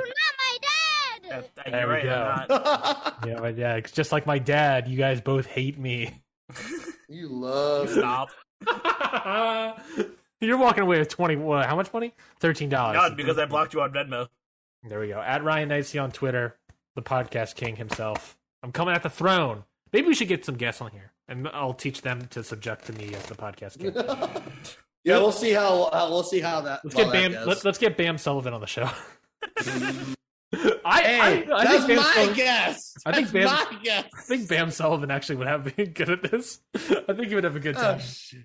not
Uh, You're
There we
right. I'm not.
you
Yeah, my dad. It's just like my dad. You guys both hate me.
love.
Stop.
You're walking away with twenty. What, how much money? Thirteen dollars.
None, because I blocked you on Venmo.
There we go. At Ryan Dicey on Twitter, the podcast king himself. I'm coming at the throne. Maybe we should get some guests on here, and I'll teach them to subject to me as the podcast king.
Yeah, we'll see how, how we'll see how that.
Let's
how
get
that
Bam.
goes.
Let, us get Bam Sullivan on the show. I, I,
hey,
I
that's
think Bam
my
Sullivan,
guess.
I think
That's
Bam-
my guess.
I think Bam Sullivan actually would have been good at this. I think he would have a good
Oh,
time.
shit.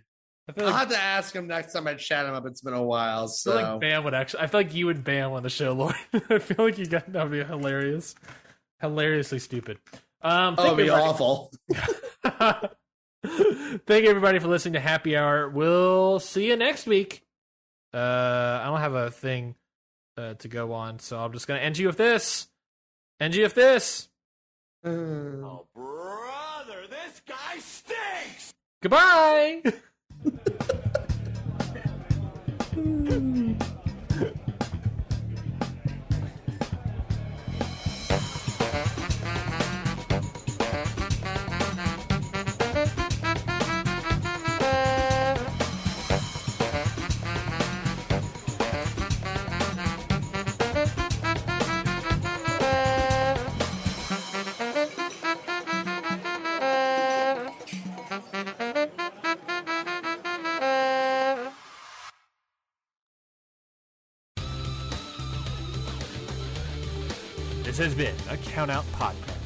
I feel
I'll
like,
have to ask him next time I chat him up. It's been a while,
I feel
so
like Bam would actually. I feel like you and Bam on the show, Lord. I feel like you got that would be hilarious, hilariously stupid. Um,
oh,
thank
it'd be
you, everybody.
awful.
Thank everybody for listening to Happy Hour. We'll see you next week. Uh, I don't have a thing uh, to go on, so I'm just gonna end you with this. End you with this.
Oh, brother, this guy stinks!
Goodbye.
This has been a Countout Podcast.